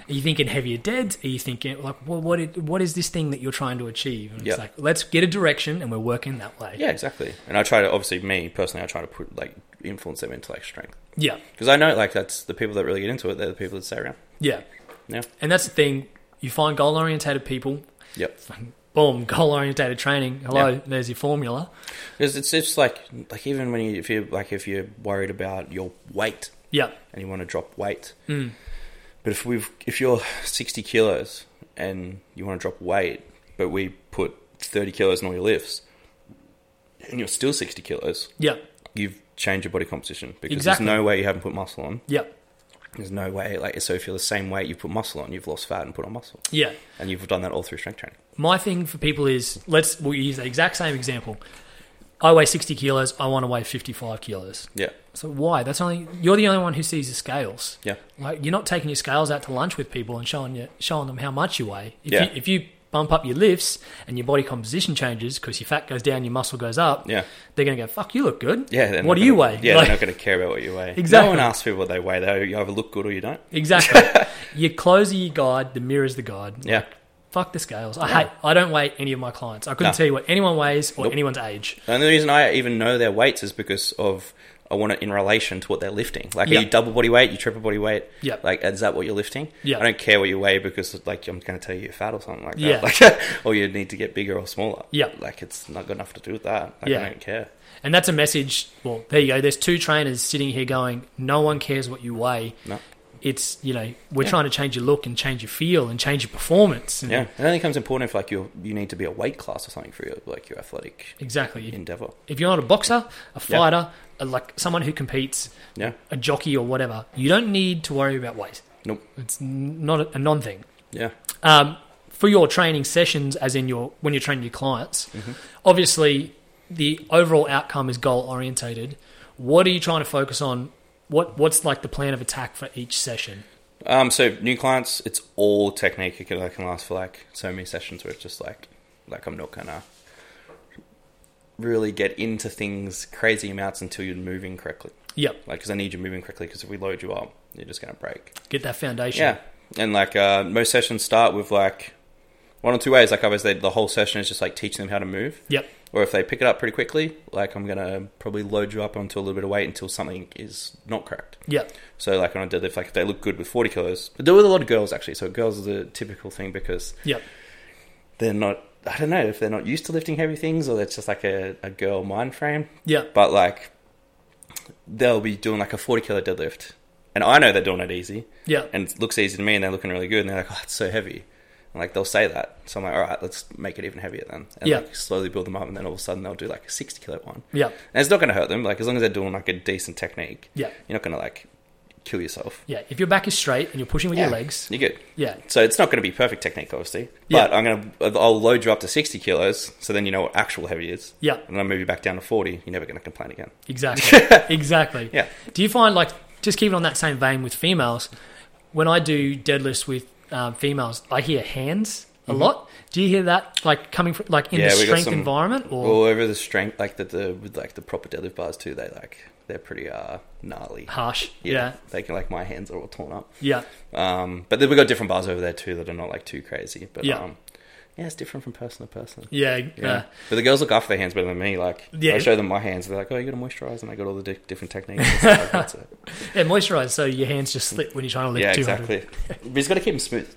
Are you thinking heavier deads? Are you thinking like what? What, it, what is this thing that you're trying to achieve? And
Yeah.
It's like let's get a direction, and we're working that way.
Yeah, exactly. And I try to obviously me personally, I try to put like influence them into like strength
Yeah.
because I know like that's the people that really get into it. They're the people that stay around.
Yeah.
Yeah.
And that's the thing. You find goal orientated people.
Yep.
Boom. Goal orientated training. Hello.
Yeah.
There's your formula.
Because it's just like like even when you if you like if you're worried about your weight
Yeah.
and you want to drop weight,
Hmm.
but if we've if you're sixty kilos and you want to drop weight, but we put thirty kilos in all your lifts, and you're still sixty kilos,
Yeah.
you've changed your body composition because
Exactly.
there's no way you haven't put muscle on.
Yeah.
There's no way, like, so if you're the same weight, you put muscle on, you've lost fat and put on muscle.
Yeah.
And you've done that all through strength training.
my thing for people is let's we'll use the exact same example. I weigh 60 kilos. I want to weigh 55 kilos.
Yeah.
So why? That's only you're the only one who sees the scales.
Yeah.
Like you're not taking your scales out to lunch with people and showing you, showing them how much you weigh. If
Yeah.
you if you bump up your lifts and your body composition changes because your fat goes down, your muscle goes up,
Yeah.
they're gonna go fuck. You look good.
Yeah. they're
What
not
do you
gonna-
weigh?
Yeah.
Like-
they're not going to care about what you weigh.
Exactly.
No one asks people what they weigh, though. You either look good or you don't.
exactly. your clothes are your guide. The mirror's the guide.
Yeah.
Fuck the scales. I hate. I don't weigh any of my clients. I couldn't
No.
tell you what anyone weighs or
Nope.
anyone's age.
And the reason I even know their weights is because of, I want it in relation to what they're lifting. Like,
Yeah.
are you double body weight? You triple body weight?
Yeah.
Like, is that what you're lifting?
Yeah.
I don't care what you weigh because, like, I'm going to tell you you're fat or something like that.
Yeah.
Like, or you need to get bigger or smaller.
Yeah.
Like, it's not got enough to do with that. Like,
Yeah.
I don't care.
And that's a message. Well, there you go. There's two trainers sitting here going, no one cares what you weigh.
No.
It's, you know, we're trying to change your look and change your feel and change your performance. And
Yeah, it only becomes important if like you you need to be a weight class or something for your like your athletic
Exactly. If,
endeavor.
if you're not a boxer, a fighter, a, like someone who competes,
Yeah,
a jockey or whatever, you don't need to worry about weight.
nope.
It's n- not a, a non thing.
Yeah,
um, for your training sessions, as in your when you're training your clients, obviously the overall outcome is goal orientated. What are you trying to focus on? What what's like the plan of attack for each session?
Um, so new clients, it's all technique. It can, it can last for like so many sessions where it's just like, like I'm not gonna really get into things crazy amounts until you're moving correctly.
Yep,
Like, because I need you moving correctly. Because if we load you up, you're just gonna break.
get that foundation.
Yeah, and like uh, most sessions start with like one or two ways. Like I was, the whole session is just like teaching them how to move.
Yep.
or if they pick it up pretty quickly, like I'm gonna probably load you up onto a little bit of weight until something is not correct.
Yep.
So like on a deadlift, like if they look good with 40 kilos, but there were a lot of girls actually. So girls are the typical thing because
Yep.
they're not. I don't know if they're not used to lifting heavy things or that's just like a, a girl mind frame.
Yep.
But like they'll be doing like a 40 kilo deadlift, and I know they're doing it easy
Yep.
and it looks easy to me, and they're looking really good, and they're like, "Oh, it's so heavy." And like they'll say that, so I'm like, "All right, let's make it even heavier then." And
Yeah.
like slowly build them up, and then all of a sudden they'll do like a 60 kilo one.
Yep.
And it's not going to hurt them, like as long as they're doing like a decent technique.
Yeah.
You're not going to like kill yourself.
Yeah. If your back is straight and you're pushing with your legs,
You're good.
yeah,
So it's not going to be perfect technique, obviously.
Yeah.
But I'm going to I'll load you up to 60 kilos, so then you know what actual heavy is.
Yeah.
And then I move you back down to 40. You're never going to complain again.
Exactly. exactly.
Yeah.
Do you find like just keeping on that same vein with females? When I do deadlifts with um, females, I hear hands. a lot. Do you hear that like coming from like in
Mm-hmm. Yeah,
the
we got
strength
some-
environment or
All over the strength, like the, the with like the proper deadlift bars too. They like they're pretty uh gnarly.
harsh? Yeah,
they can like my hands are all torn up.
yeah,
Um, but then we got different bars over there too that are not like too crazy. But
Yeah.
um, yeah, it's different from person to person.
yeah, yeah.
Yeah. but the girls look after their hands better than me. Like
Yeah.
I show them my hands, they're like, "Oh, you got to moisturize," and I got all the di- different techniques. and stuff. That's it.
Yeah, moisturize so your hands just slip when you're trying to lift
Yeah,
200.
exactly. But he's got to keep them smooth.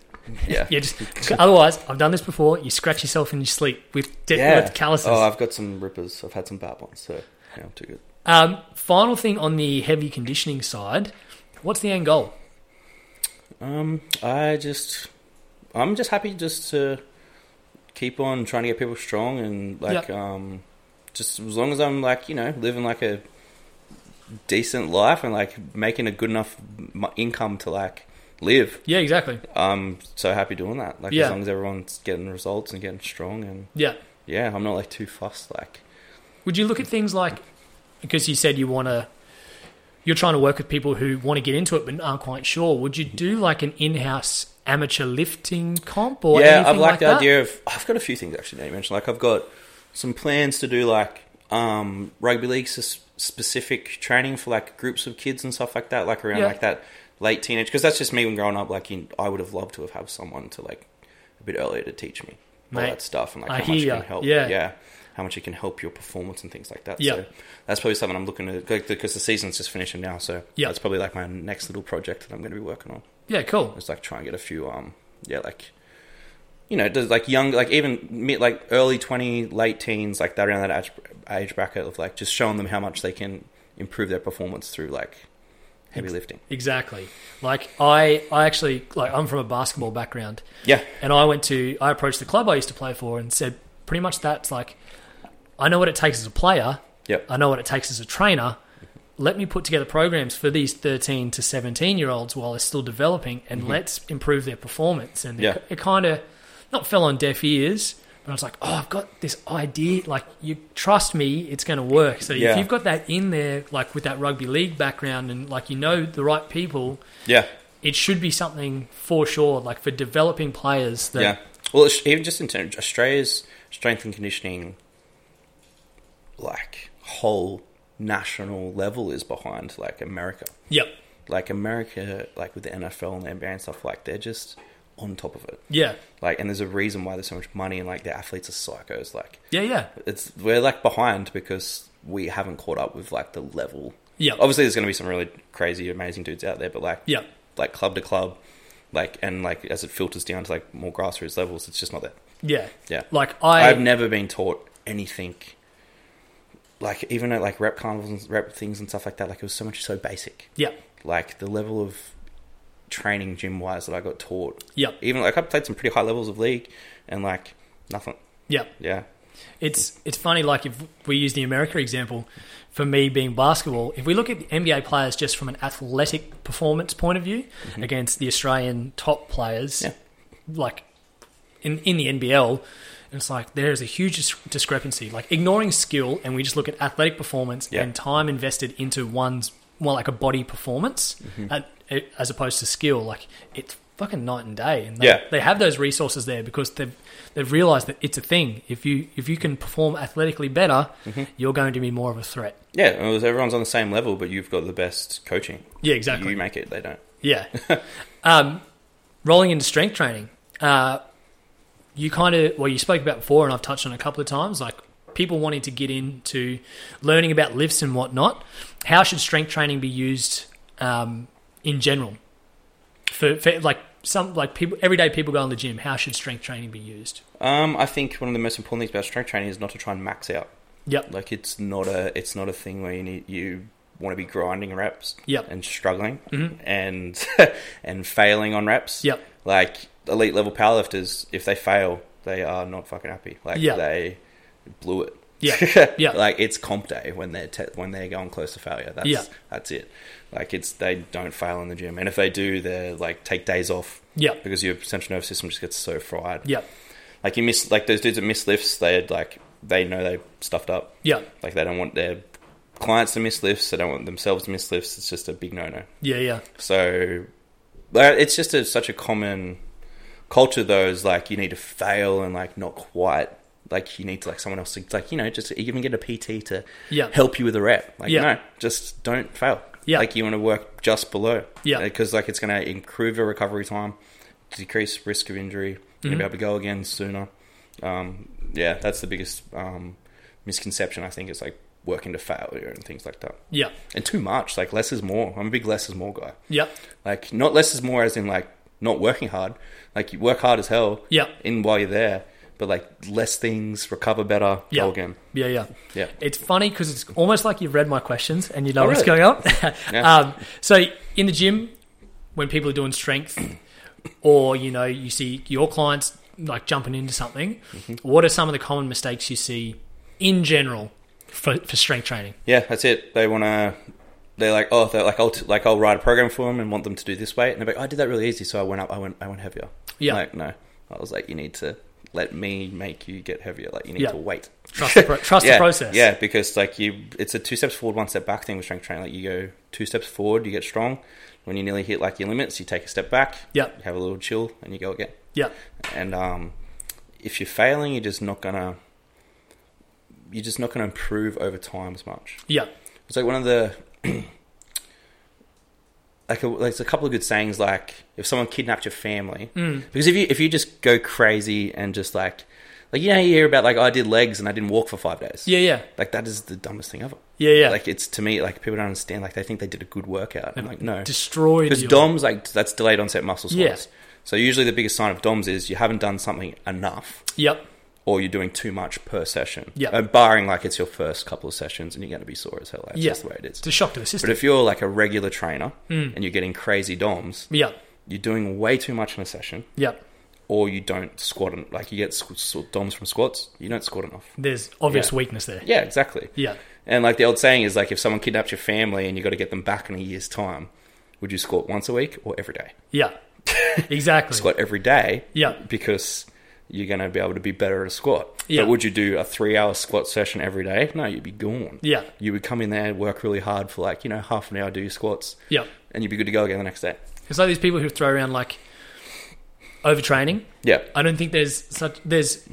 Yeah,
Yeah, just otherwise, I've done this before. You scratch yourself in your sleep with de-
Yeah.
with calluses.
Oh, I've got some rippers. I've had some bad ones, so yeah, I'm too good.
um, final thing on the heavy conditioning side, what's the end goal?
Um, I just, I'm just happy just to keep on trying to get people strong and like, um, just as long as I'm like, you know, living like a decent life and like making a good enough m- income to like live.
Yeah, exactly.
I'm so happy doing that. Like,
Yeah.
as long as everyone's getting results and getting strong and
Yeah.
yeah, I'm not like too fussed. Like,
Would you look at things like because you said you want to you're trying to work with people who want to get into it but aren't quite sure. Would you do like an in-house amateur lifting comp or
yeah,
anything
I've
like
liked the
that?
idea of. I've got a few things actually that you mentioned. Like I've got some plans to do like um, rugby league s- specific training for like groups of kids and stuff like that. Like around
Yeah.
like that late teenage because that's just me when growing up. Like in, I would have loved to have had someone to like a bit earlier to teach me all
Mate,
that stuff and like
I
how much it
hear
can
ya.
help.
Yeah.
How much it can help your performance and things like that.
Yeah.
So that's probably something I'm looking at like, because the season's just finishing now. So
Yeah.
that's probably like my next little project that I'm going to be working on.
Yeah, cool.
It's like try and get a few, um, yeah, like you know, there's like young, like even mid, like early twenty, late teens, like that around that age, age bracket of like just showing them how much they can improve their performance through like heavy lifting.
Exactly. Like I I actually like I'm from a basketball background.
Yeah,
And I went to, I approached the club I used to play for and said, pretty much that's like, I know what it takes as a player.
Yep.
I know what it takes as a trainer. Let me put together programs for these 13 to 17 year olds while they're still developing and let's improve their performance. And
Mm-hmm. Yeah.
it, it kind of not fell on deaf ears, but I was like, oh, I've got this idea. Like, you trust me, it's going to work. So if
Yeah.
you've got that in there, like with that rugby league background and like you know the right people,
yeah,
it should be something for sure, like for developing players that
yeah. Well, it's, even just in terms, Australia's strength and conditioning, like whole national level is behind like America.
Yep.
Like America, like with the NFL and the NBA and stuff, like they're just on top of it.
Yeah.
Like, and there's a reason why there's so much money, and like the athletes are psychos. Like,
Yeah. Yeah.
it's we're like behind because we haven't caught up with like the level.
Yeah.
Obviously, there's going to be some really crazy, amazing dudes out there, but like,
Yeah.
like club to club, like, and like as it filters down to like more grassroots levels, it's just not there.
Yeah.
Yeah,
Like I.
I've never been taught anything. Like even at like rep carnivals and rep things and stuff like that, like it was so much so basic.
yeah.
Like the level of training gym wise that I got taught
Yeah.
even like I've played some pretty high levels of league and like nothing.
Yeah.
Yeah.
It's it's funny. Like if we use the America example, for me being basketball, if we look at the NBA players just from an athletic performance point of view against the Australian top players,
Mm-hmm. Yeah.
like in in the NBL. It's like there is a huge dis- discrepancy. Like ignoring skill, and we just look at athletic performance
Yeah.
and time invested into one's more like a body performance,
Mm-hmm.
at- it- as opposed to skill. Like it's fucking night and day. And they,
Yeah.
they have those resources there because they've they've realized that it's a thing. If you if you can perform athletically better, you're going to be more of a threat.
Yeah. It was everyone's on the same level, but you've got the best coaching.
Yeah, exactly.
You make it, they don't.
Yeah. um, rolling into strength training, uh, you kind of, well, you spoke about before, and I've touched on a couple of times, like people wanting to get into learning about lifts and whatnot. How should strength training be used um, in general? For, for like some, like people, everyday people go in the gym, how should strength training be used?
Um, I think one of the most important things about strength training is not to try and max out.
Yep.
Like it's not a it's not a thing where you need you want to be grinding reps
Yep. Mm-hmm.
and struggling and and failing on reps.
Yep.
Like elite level powerlifters, if they fail, they are not fucking happy. Like
Yeah.
they blew it.
Yeah. Yeah.
like it's comp day when they're te- when they're going close to failure. That's
Yeah.
that's it. Like it's they don't fail in the gym, and if they do, they're like take days off.
Yeah.
because your central nervous system just gets so fried.
Yep.
like you miss like those dudes that miss lifts. They had like they know they stuffed up.
Yep.
Like they don't want their clients to miss lifts. They don't want themselves to miss lifts. It's just a big no no.
Yeah. Yeah.
So like, it's just a, such a common Culture though is like you need to fail and like not quite like you need to like someone else to like you know just even get a PT to
Yeah.
help you with a rep. Like
Yeah.
no, just don't fail.
Yeah.
like you want to work just below.
Yeah.
because like it's going to improve your recovery time, decrease risk of injury, you're
Mm-hmm.
gonna be able to go again sooner. Um, yeah, that's the biggest um, misconception I think is like working to failure and things like that.
Yeah.
And too much, like less is more. I'm a big less is more guy.
Yeah.
Like not less is more as in like not working hard. Like you work hard as hell.
Yeah.
In while you're there, but like less things, recover better,
Yeah.
go again.
Yeah. Yeah.
Yeah.
It's funny because it's almost like you've read my questions and you know
Oh,
what's
really?
going on.
Yeah.
um, so in the gym, when people are doing strength, or you know, you see your clients like jumping into something.
Mm-hmm.
What are some of the common mistakes you see in general for, for strength training?
Yeah, that's it. They want to. They're like, oh, they're like I'll t- like I'll write a program for them and want them to do this way, and they're like, "Oh, I did that really easy, so I went up, I went, I went heavier.
Yeah.
Like no, I was like, you need to let me make you get heavier. Like you need
Yeah.
to wait.
Trust the, pro- trust
yeah,
the process.
Yeah, because like you, it's a two steps forward, one step back thing with strength training. Like you go two steps forward, you get strong. When you nearly hit like your limits, you take a step back.
Yeah.
You have a little chill, and you go again.
Yeah.
And um, if you're failing, you're just not gonna. You're just not gonna improve over time as much.
Yeah.
It's like one of the like a, like there's a couple of good sayings like if someone kidnapped your family
Mm.
because if you if you just go crazy and just like like you know you hear about like I did legs and I didn't walk for five days
Yeah. Yeah.
like that is the dumbest thing ever
Yeah. Yeah.
like it's to me like people don't understand like they think they did a good workout I'm like no
Destroyed.
because
your-
DOMS like that's delayed onset muscle soreness
Yeah.
so usually the biggest sign of DOMS is you haven't done something enough
Yep.
or you're doing too much per session
Yeah.
Uh, barring like it's your first couple of sessions and you're going to be sore as hell that's
Yeah.
just the way it is
It's a shock to the
but
system.
if you're like a regular trainer and you're getting crazy DOMs,
Mm. Yeah.
you're doing way too much in a session,
Yeah.
or you don't squat. En- like you get squ- squ- DOMs from squats, you don't squat enough.
There's obvious
Yeah.
weakness there.
Yeah, exactly.
Yeah.
And like the old saying is like, if someone kidnaps your family and you got to get them back in a year's time, would you squat once a week or every day?
Yeah. Exactly.
Squat every day,
Yeah.
because you're going to be able to be better at a squat.
Yeah.
But would you do a three-hour squat session every day? No, you'd be gone.
Yeah.
You would come in there, work really hard for like you know half an hour, do your squats,
Yeah.
and you'd be good to go again the next day.
It's like these people who throw around like overtraining.
Yeah.
I don't think there's such there's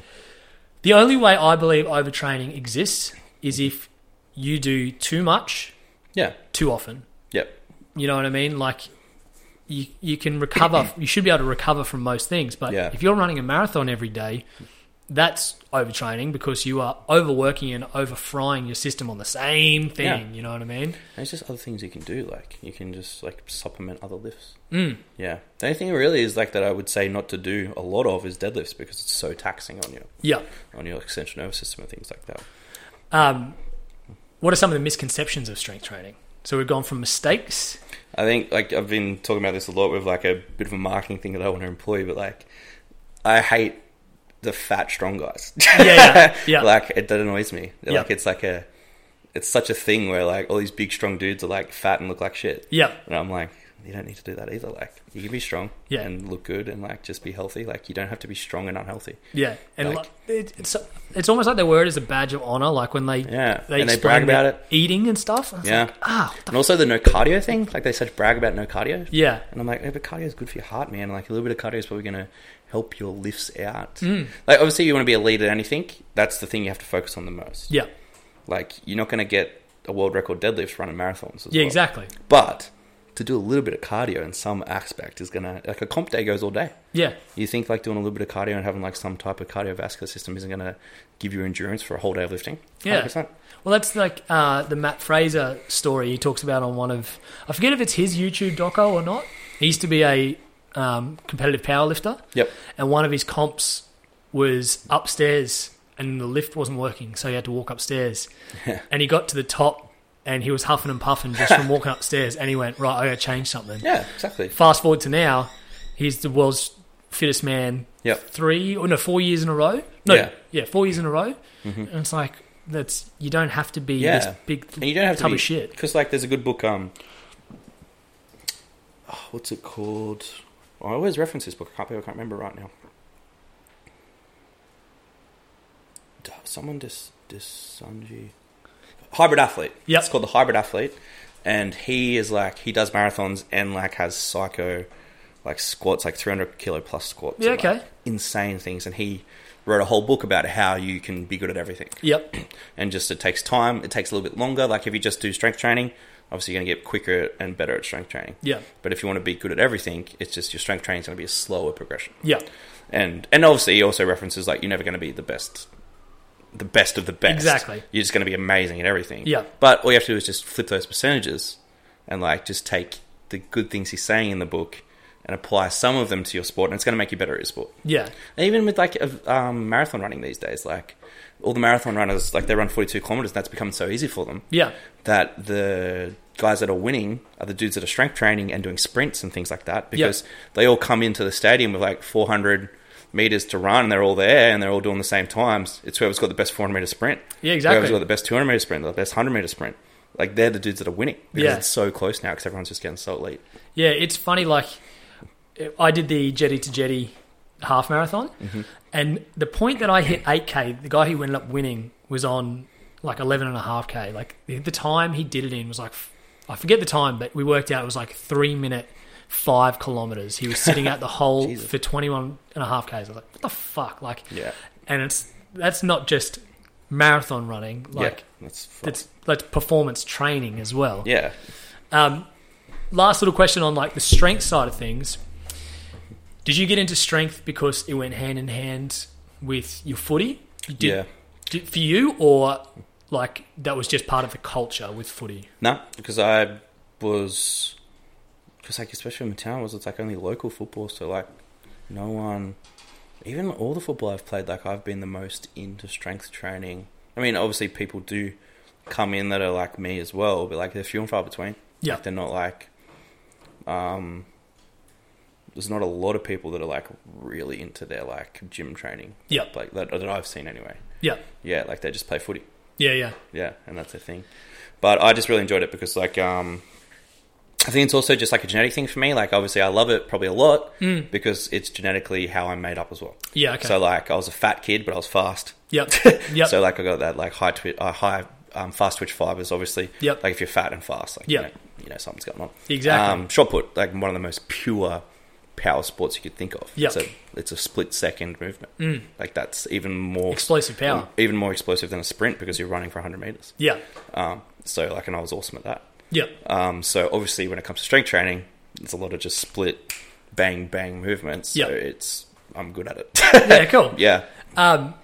the only way I believe overtraining exists is if you do too much
Yeah.
too often.
Yep.
You know what I mean? Like you you can recover you should be able to recover from most things, but
Yeah.
if you're running a marathon every day, that's overtraining because you are overworking and over frying your system on the same thing,
Yeah.
you know what I mean?
There's just other things you can do. Like you can just like supplement other lifts. Mm. Yeah. The only thing really is like that I would say not to do a lot of is deadlifts because it's so taxing on your
Yeah.
on your extension nervous system and things like that.
Um, what are some of the misconceptions of strength training? So we've gone from mistakes.
I think like I've been talking about this a lot with like a bit of a marketing thing that I want to employ, but like I hate the fat strong guys.
Yeah, yeah, yeah.
like it that annoys me.
Yeah.
Like it's like a it's such a thing where like all these big strong dudes are like fat and look like shit.
yeah,
And I'm like, you don't need to do that either. Like, you can be strong
Yeah.
and look good and like just be healthy. Like, you don't have to be strong and unhealthy.
yeah. And
Like-
like, it, it's it's almost like they wear it as a badge of honor, like when they
Yeah,
they,
and they
explain
brag about
their eating and stuff. It's
Yeah.
like, ah, what the
And also the no cardio thing. Like, they such brag about no cardio.
yeah,
And I'm like, yeah, but cardio is good for your heart, man. Like, a little bit of cardio is probably going to help your lifts out.
Mm.
Like, obviously, you want to be a lead at anything. That's the thing you have to focus on the most.
yeah,
Like, you're not going to get a world record deadlift running marathons. As
yeah,
well.
exactly.
But to do a little bit of cardio in some aspect is going to, like, a comp day goes all day.
Yeah,
You think like doing a little bit of cardio and having like some type of cardiovascular system isn't going to give you endurance for a whole day of lifting?
Yeah.
100%.
well, that's like uh, the Matt Fraser story he talks about on one of I forget if it's his YouTube doco or not. He used to be a um, competitive powerlifter,
Yep.
and one of his comps was upstairs and the lift wasn't working so he had to walk upstairs and he got to the top and he was huffing and puffing just from walking upstairs and he went right i gotta change something
Yeah, exactly.
fast forward to now he's the world's fittest man
Yep.
three or no four years in a row no yeah,
Yeah. Mm-hmm.
four years in a row and it's like that's you don't have to be
Yeah.
this big
And you don't have to
tub
be
of shit
because like there's a good book. Um, oh, what's it called? Oh, I always reference this book. I can't, be- I can't remember right now. D- Someone dis dis Sanji. Hybrid athlete.
Yep.
it's called the hybrid athlete, and he is like he does marathons and like has psycho like squats, like 300 kilo plus squats.
Yeah,
and,
okay.
like, insane things. And he wrote a whole book about how you can be good at everything.
Yep.
And just it takes time, it takes a little bit longer. Like if you just do strength training, obviously you're going to get quicker and better at strength training.
Yeah.
But if you want to be good at everything, it's just your strength training is going to be a slower progression.
Yeah.
And and obviously he also references like you're never going to be the best the best of the best.
Exactly.
You're just going to be amazing at everything.
Yeah.
But all you have to do is just flip those percentages and like just take the good things he's saying in the book and apply some of them to your sport and it's going to make you better at your sport.
Yeah.
And even with like of, um, marathon running these days, like all the marathon runners, like they run 42 kilometers. That's become so easy for them
Yeah.
that the guys that are winning are the dudes that are strength training and doing sprints and things like that because they all come into the stadium with like 400 meters to run and they're all there and they're all doing the same times. It's whoever's got the best 400 meter sprint.
Yeah, exactly.
Whoever's got the best 200 meter sprint, the best 100 meter sprint. Like they're the dudes that are winning because
Yeah.
it's so close now because everyone's just getting so late.
Yeah, it's funny. Like, I did the jetty to jetty half marathon,
Mm-hmm.
and the point that I hit 8K, the guy who ended up winning was on like 11 and a half K. Like, the the time he did it in was like, I forget the time, but we worked out it was like three minute, five kilometers. He was sitting out the hole
Jesus.
for 21 and a half Ks. I was like, what the fuck? Like,
Yeah.
and it's that's not just marathon running, like,
yeah. That's fucked.
it's that's performance training as well.
yeah.
Um, last little question on like the strength side of things. Did you get into strength because it went hand in hand with your footy? Did,
Yeah.
did- for you, or like that was just part of the culture with footy?
No, because I was because like especially in my town was it's like only local football, so like no one, even all the football I've played, like I've been the most into strength training. I mean, obviously people do come in that are like me as well, but like they're few and far between.
Yeah.
Like they're not like um. There's not a lot of people that are like really into their like gym training.
Yeah.
Like that, that I've seen anyway.
Yeah,
Yeah, like they just play footy
yeah, yeah,
yeah, and that's the thing. But I just really enjoyed it because, like, um, I think it's also just like a genetic thing for me. Like, obviously, I love it probably a lot because it's genetically how I'm made up as well.
yeah. Mm. Okay.
So, like, I was a fat kid, but I was fast.
yep. Yep.
So, like, I got that like high, twi- uh, high, um, fast twitch fibers. Obviously,
Yep.
Like, if you're fat and fast, like,
Yep.
you, know, you know something's going on.
Exactly.
Um, shot put, like one of the most pure power sports you could think of.
Yep. Mm.
It's a it's a split second movement. Like, that's even more
Explosive power.
even more explosive than a sprint because you're running for 100 meters.
Yeah.
Um, so like, and I was awesome at that.
Yeah.
Um, so obviously, when it comes to strength training, it's a lot of just split, bang, bang movements. So
Yeah.
it's I'm good at it.
Yeah. Cool.
yeah.
Um,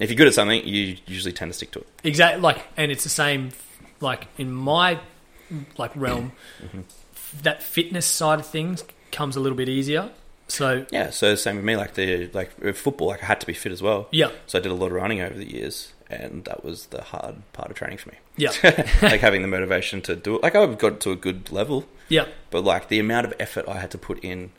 If you're good at something, you usually tend to stick to it.
exactly. Like, and it's the same. Like in my like realm,
Mm-hmm.
that fitness side of things comes a little bit easier. So
Yeah. So same with me, like the like with football, like I had to be fit as well.
yeah,
So I did a lot of running over the years, and that was the hard part of training for me.
yeah,
like having the motivation to do it. Like I got to a good level,
yeah.
But like the amount of effort I had to put in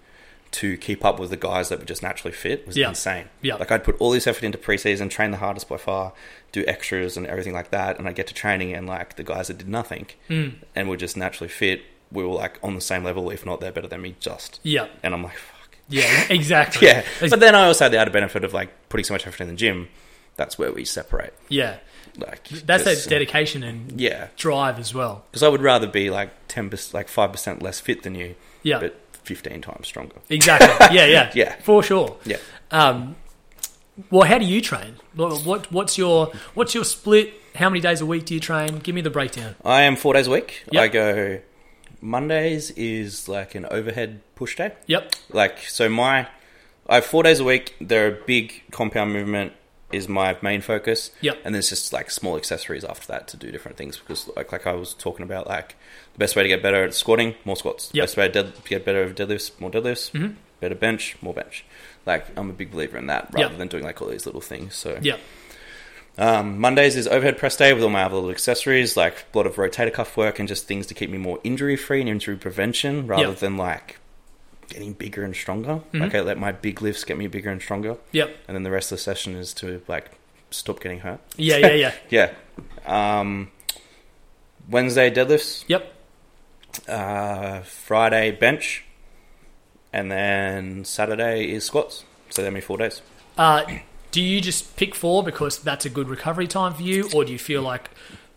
to keep up with the guys that were just naturally fit was
Yeah.
insane.
Yeah.
Like I'd put all this effort into preseason, train the hardest by far, do extras and everything like that, and I get to training and like the guys that did nothing
Mm.
and were just naturally fit, we were like on the same level, if not they're better than me just.
Yeah,
And I'm like, fuck.
yeah, exactly.
Yeah.
Ex-
But then I also had the added benefit of like putting so much effort in the gym. That's where we separate.
yeah,
Like
that's
just-
that dedication and
Yeah.
drive as well.
Because I would rather be like ten percent, like five percent less fit than you,
Yeah,
but fifteen times stronger.
exactly. Yeah, yeah,
Yeah.
for sure.
Yeah.
Um, well, how do you train? What, what what's your what's your split? How many days a week do you train? Give me the breakdown.
I am four days a week.
Yep.
I go Mondays is like an overhead push day.
Yep.
Like so my I have four days a week. There are big compound movement is my main focus.
Yep.
And there's just like small accessories after that to do different things because like like I was talking about like the best way to get better at squatting, more squats.
Yep. Mm-hmm.
Best way to dead, get better at deadlifts, more deadlifts. Better bench, more bench. Like I'm a big believer in that rather
Yep.
than doing like all these little things. So
Yep.
um, Mondays is overhead press day with all my other little accessories, like a lot of rotator cuff work and just things to keep me more injury free and injury prevention rather
Yep.
than like getting bigger and stronger. Like I let my big lifts get me bigger and stronger,
Yep.
and then the rest of the session is to like stop getting hurt.
Yeah. Yeah. Yeah.
Yeah. Um, Wednesday deadlifts,
Yep.
uh, Friday bench, and then Saturday is squats. So that'd be four days.
Uh, do you just pick four because that's a good recovery time for you, or do you feel like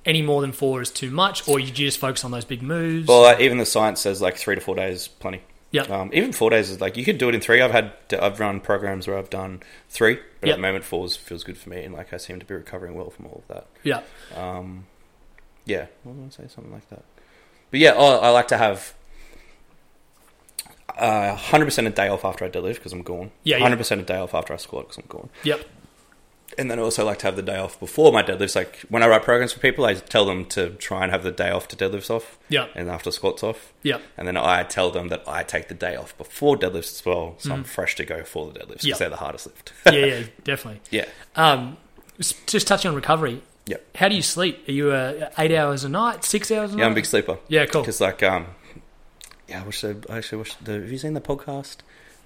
any more than four is too much, or you just focus on those big moves?
Well, like, even the science says like three to four days, plenty.
Yep.
Um, even four days is like you could do it in three. I've had I've run programs where I've done three, but
Yep.
at the moment four is- feels good for me, and like I seem to be recovering well from all of that.
yeah.
Um, yeah, what was I gonna say something like that. But yeah, I, I like to have uh, hundred percent a day off after I deadlift because I'm gone.
Yeah, yeah.
hundred percent a day off after I squat because I'm gone.
Yep.
And then I also like to have the day off before my deadlifts. Like when I write programs for people, I tell them to try and have the day off to deadlifts off
Yep.
and after squats off.
Yep.
And then I tell them that I take the day off before deadlifts as well, so I'm fresh to go for the deadlifts because
Yep.
they're the hardest lift.
Mm. Yeah. Yeah. Definitely.
yeah,
Um, s- just touching on recovery.
Yep.
How do you sleep? Are you uh, eight hours a night, six hours a night?
yeah, I'm a big sleeper.
Yeah, Mm. cool.
Because like, um, yeah, I wish they, I actually wish the. Have you seen the podcast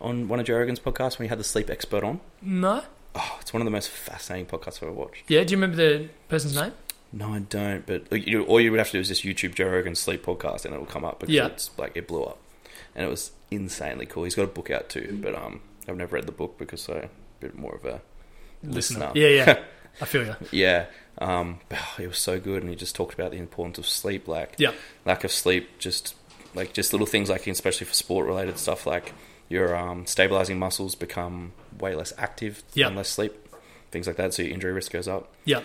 on one of Joe Rogan's podcasts when he had the sleep expert on?
No.
Oh, it's one of the most fascinating podcasts I've ever watched.
Yeah. Do you remember the person's name?
No, I don't. But like, you, all you would have to do is just YouTube Joe Rogan sleep podcast, and it will come up because
Yeah.
it's like it blew up, and it was insanely cool. He's got a book out too, but um, I've never read the book because I'm a bit more of a listener.
Yeah. Yeah. I feel you.
Yeah. Um, it was so good, and he just talked about the importance of sleep, like
Yeah.
lack of sleep, just like just little things, like especially for sport-related stuff, like your um, stabilizing muscles become way less active
Yeah.
and less sleep, things like that. So your injury risk goes up.
Yeah.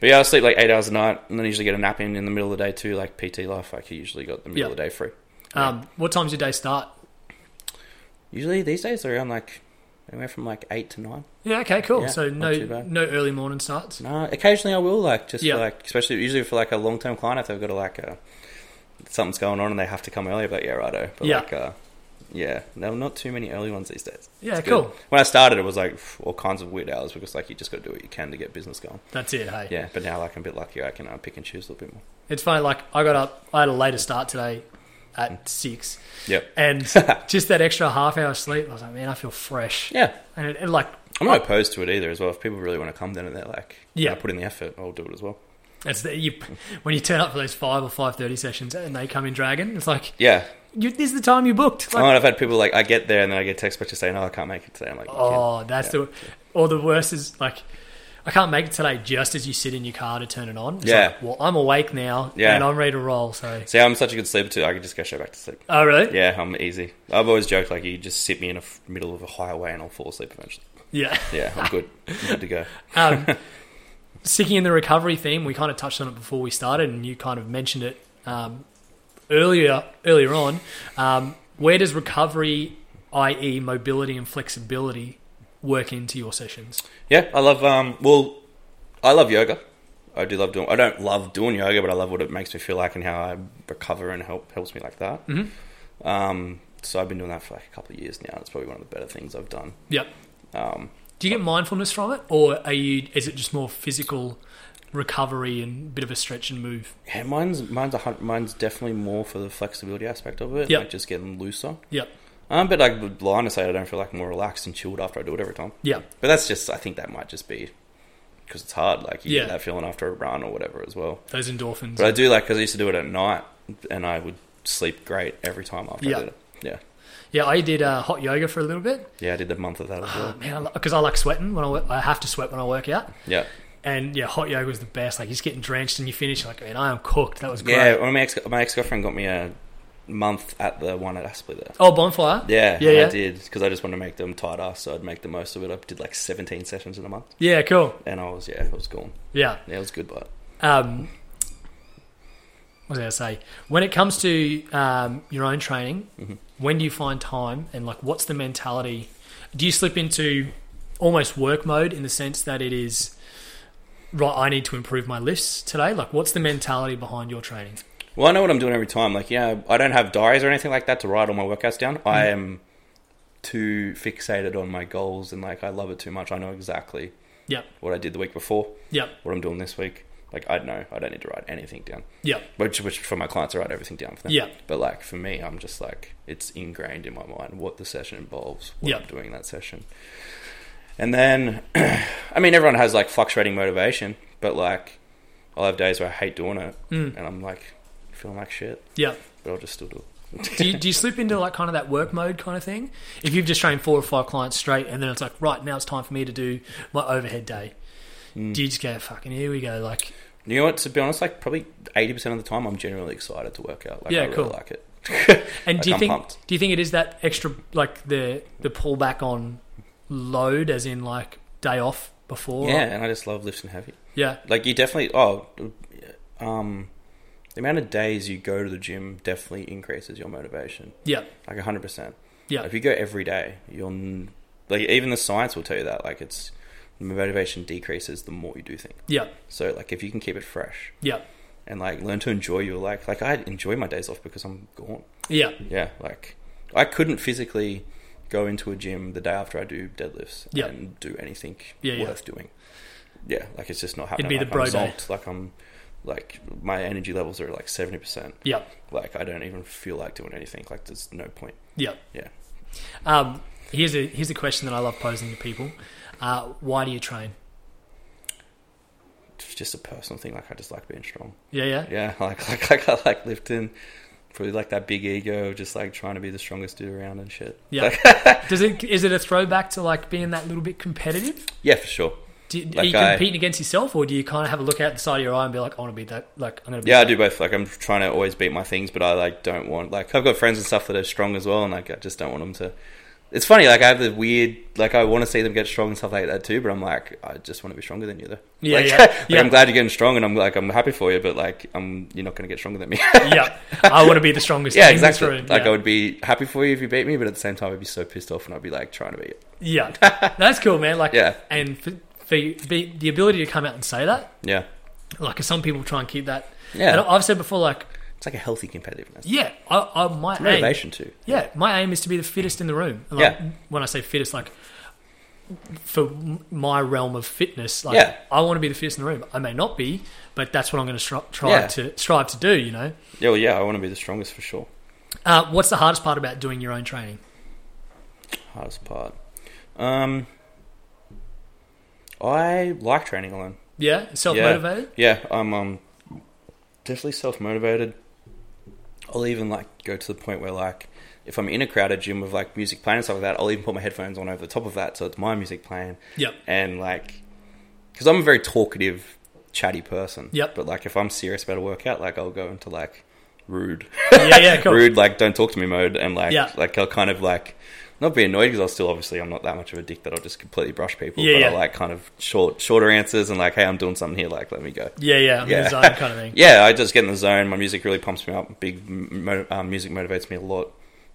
But yeah, I sleep like eight hours a night, and then usually get a nap in in the middle of the day too. Like PT life, like you usually got the middle
Yeah.
of the day free.
Um, what time's your day start?
Usually these days they're around like anywhere from like eight to nine.
Yeah. Okay. Cool.
Yeah,
so
not
no
too bad.
no early morning starts.
No, occasionally I will like just
Yeah.
for like especially usually for like a long term client if they've got a like a something's going on and they have to come early. But yeah, righto. But
Yeah.
like uh, yeah, there were not too many early ones these days.
Yeah.
It's good.
Cool.
When I started, it was like pff, all kinds of weird hours because like you just got to do what you can to get business going.
That's it. Hey.
Yeah, but now like I'm a bit luckier. I can uh, pick and choose a little bit more.
It's funny. Like I got up. I had a later start today
Mm.
at six,
Yep.
and just that extra half hour sleep. I was like, man, I feel fresh.
Yeah,
And it, it like
I'm not opposed to it either as well. If people really want to come then and they're like,
Yeah.
yeah, put in the effort, I'll do it as well.
It's the, you when you turn up for those five or five thirty sessions and they come in dragon. It's like
Yeah.
you, this is the time you booked. It's
oh,
Like,
and I've had people like, I get there and then I get a text back to say, no, I can't make it today. I'm like, oh.
oh, that's the or the worst is like I can't make it today. Just as you sit in your car to turn it on, it's
Yeah.
Like, well, I'm awake now
Yeah.
and I'm ready to roll. So
See, I'm such a good sleeper too. I can just go straight back to sleep.
oh really?
Yeah, I'm easy. I've always joked like you just sit me in the f- middle of a highway and I'll fall asleep eventually.
Yeah.
Yeah, I'm good. I'm good to go.
Um, sticking in the recovery theme, we kind of touched on it before we started, and you kind of mentioned it um, earlier earlier on. Um, where does recovery, i.e., mobility and flexibility, work into your sessions?
Yeah, I love. Um, well, I love yoga. I do love doing. I don't love doing yoga, but I love what it makes me feel like and how I recover and help helps me like that.
Mhm.
Um, so I've been doing that for like a couple of years now. It's probably one of the better things I've done.
Yep.
Um,
Do you get mindfulness from it, or are you? Is it just more physical recovery and bit of a stretch and move?
yeah, mine's mine's a, hun- mine's definitely more for the flexibility aspect of it,
Yep.
like just getting looser.
Yep.
Um, but like with blind to say, I don't feel like more relaxed and chilled after I do it every time.
Yep.
But that's just I think that might just be because it's hard. Like you
Yeah.
get that feeling after a run or whatever as well.
Those endorphins.
But I do like because I used to do it at night, and I would sleep great every time after
Yeah.
I did it. Yeah,
Yeah, I did uh, hot yoga for a little bit.
yeah, I did the month of that as
Oh,
well.
man, because I, like sweating when I, work, I have to sweat when I work out.
Yeah,
And yeah, hot yoga was the best. Like, you just getting drenched and you finish, like, man, I am cooked. That was great.
yeah. Well, my ex my ex girlfriend got me a month at the one at Aspley there.
Oh, bonfire?
Yeah,
Yeah,
and
yeah.
I did because I just wanted to make them tighter, so I'd make the most of it. I did like 17 sessions in a month,
Yeah, cool.
and I was yeah, it was gone.
Yeah.
Yeah, it was good, but
Um, what was I going to say? When it comes to um, your own training, when do you find time and, like, what's the mentality? Do you slip into almost work mode in the sense that it is, right, I need to improve my lifts today? Like, what's the mentality behind your training?
Well, I know what I'm doing every time. Like, yeah, I don't have diaries or anything like that to write all my workouts down.
Mm-hmm.
I am too fixated on my goals and like I love it too much. I know exactly
Yep.
what I did the week before,
Yep.
what I'm doing this week. Like, I know I don't need to write anything down.
Yep.
Which, which for my clients, I write everything down for them.
Yeah.
But like for me, I'm just like it's ingrained in my mind what the session involves, what
Yeah.
I'm doing in that session. And then, I mean, everyone has like fluctuating motivation, but like I'll have days where I hate doing it,
Mm.
and I'm like feeling like shit
Yep.
but I'll just still do it.
do you, do you slip into like kind of that work mode kind of thing? If you've just trained four or five clients straight, and then it's like, right now it's time for me to do my overhead day.
Mm.
Do you just go fucking here we go? Like,
You know what? To be honest, like probably eighty percent of the time, I'm genuinely excited to work out. Like,
Yeah,
I really
cool.
like it.
And do you
I'm
think
pumped.
do you think it is that extra like the the pullback on load as in like day off before?
Yeah, and I just love lifting heavy.
Yeah.
Like you definitely oh um the amount of days you go to the gym definitely increases your motivation.
Yeah.
Like 100%.
Yeah.
If you go every day, you'll n- like even the science will tell you that like it's motivation decreases the more you do things.
Yeah.
So like if you can keep it fresh
Yeah.
and like learn to enjoy your life. Like I enjoy my days off because I'm gone.
Yeah.
Yeah, like I couldn't physically go into a gym the day after I do deadlifts
Yeah.
and do anything
Yeah, yeah.
worth doing. Yeah, like it's just not happening.
be the
like,
bro
I'm
day.
zonked, Like I'm, like my energy levels are like seventy percent.
Yeah.
Like I don't even feel like doing anything. Like there's no point.
Yeah.
Yeah.
Um, here's a here's a question that I love posing to people. Uh, why do you train?
It's just a personal thing. Like I just like being strong.
Yeah, yeah,
Yeah, like like, like I like lifting. Probably like that big ego, just like trying to be the strongest dude around and shit.
yeah. Does it is it a throwback to like being that little bit competitive?
Yeah, for sure.
Do, you- are
Like
you
I-
competing against yourself, or do you kind of have a look out the side of your eye and be like, I want to be that? Like, I'm gonna be.
Yeah, I do both. Like, I'm trying to always beat my things, but I like don't want like I've got friends and stuff that are strong as well, and like I just don't want them to. It's funny, like I have the weird, like I want to see them get strong and stuff like that too, but I'm like, I just want to be stronger than you, though.
Yeah,
like,
yeah,
like,
yeah.
I'm glad you're getting strong, and I'm like, I'm happy for you, but like, I'm you're not going to get stronger than me.
yeah. I want to be the strongest.
yeah,
in this
exactly.
room.
Like
yeah.
I would be happy for you if you beat me, but at the same time, I'd be so pissed off, and I'd be like trying to beat you.
Yeah, that's cool, man. Like,
Yeah.
and for, for the, the ability to come out and say that,
Yeah,
like, 'cause some people try and keep that.
Yeah.
and I've said before, like,
it's like a healthy competitiveness,
yeah, I, I my aim,
motivation too.
yeah, my aim is to be the fittest in the room. And, Like,
Yeah.
when I say fittest, like. For m- my realm of fitness, like
Yeah.
I want to be the fittest in the room. I may not be, but that's what I'm going to stri- try
Yeah.
to strive to do. You know,
Yeah, well, yeah, I want to be the strongest for sure.
uh, what's the hardest part about doing your own training?
hardest part. Um, I like training alone.
Yeah, self motivated.
Yeah, I'm um, definitely self motivated. I'll even like go to the point where like if I'm in a crowded gym with like music playing and stuff like that, I'll even put my headphones on over the top of that, so it's my music playing
Yep.
and like because I'm a very talkative, chatty person.
Yep.
But like if I'm serious about a workout, like I'll go into like rude
Yeah, yeah, cool.
rude, like don't talk to me mode, and like
Yeah.
like I'll kind of like not be annoyed because I'll still obviously I'm not that much of a dick that I'll just completely brush people,
Yeah,
but
yeah.
I like kind of short shorter answers and like hey I'm doing something here, like let me go.
Yeah, yeah, I'm in the
Yeah.
zone kind of thing.
Yeah, I just get in the zone. My music really pumps me up. Big m- mo- um, music motivates me a lot.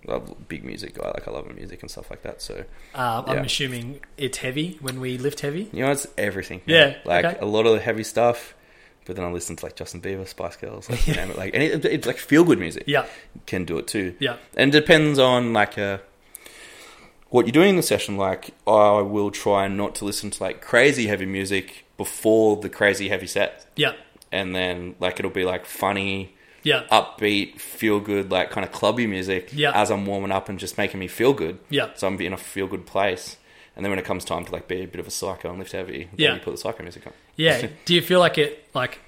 Love big music guy, like I love music and stuff like that. So
Um, I'm
Yeah.
assuming it's heavy when we lift heavy.
you know, it's everything.
Yeah,
like
okay.
a lot of the heavy stuff. But then I listen to like Justin Bieber, Spice Girls, like, you name it, like and it, it's like feel good music.
Yeah,
can do it too.
yeah,
and it depends on like uh, what you're doing in the session. Like I will try not to listen to like crazy heavy music before the crazy heavy set,
yeah,
and then like it'll be like funny,
yeah,
upbeat, feel good, like kind of clubby music
Yeah.
as I'm warming up and just making me feel good.
Yeah.
so I'm in a feel good place. And then when it comes time to like be a bit of a psycho and lift heavy, then
Yeah.
you put the psycho music on.
yeah. Do you feel like it like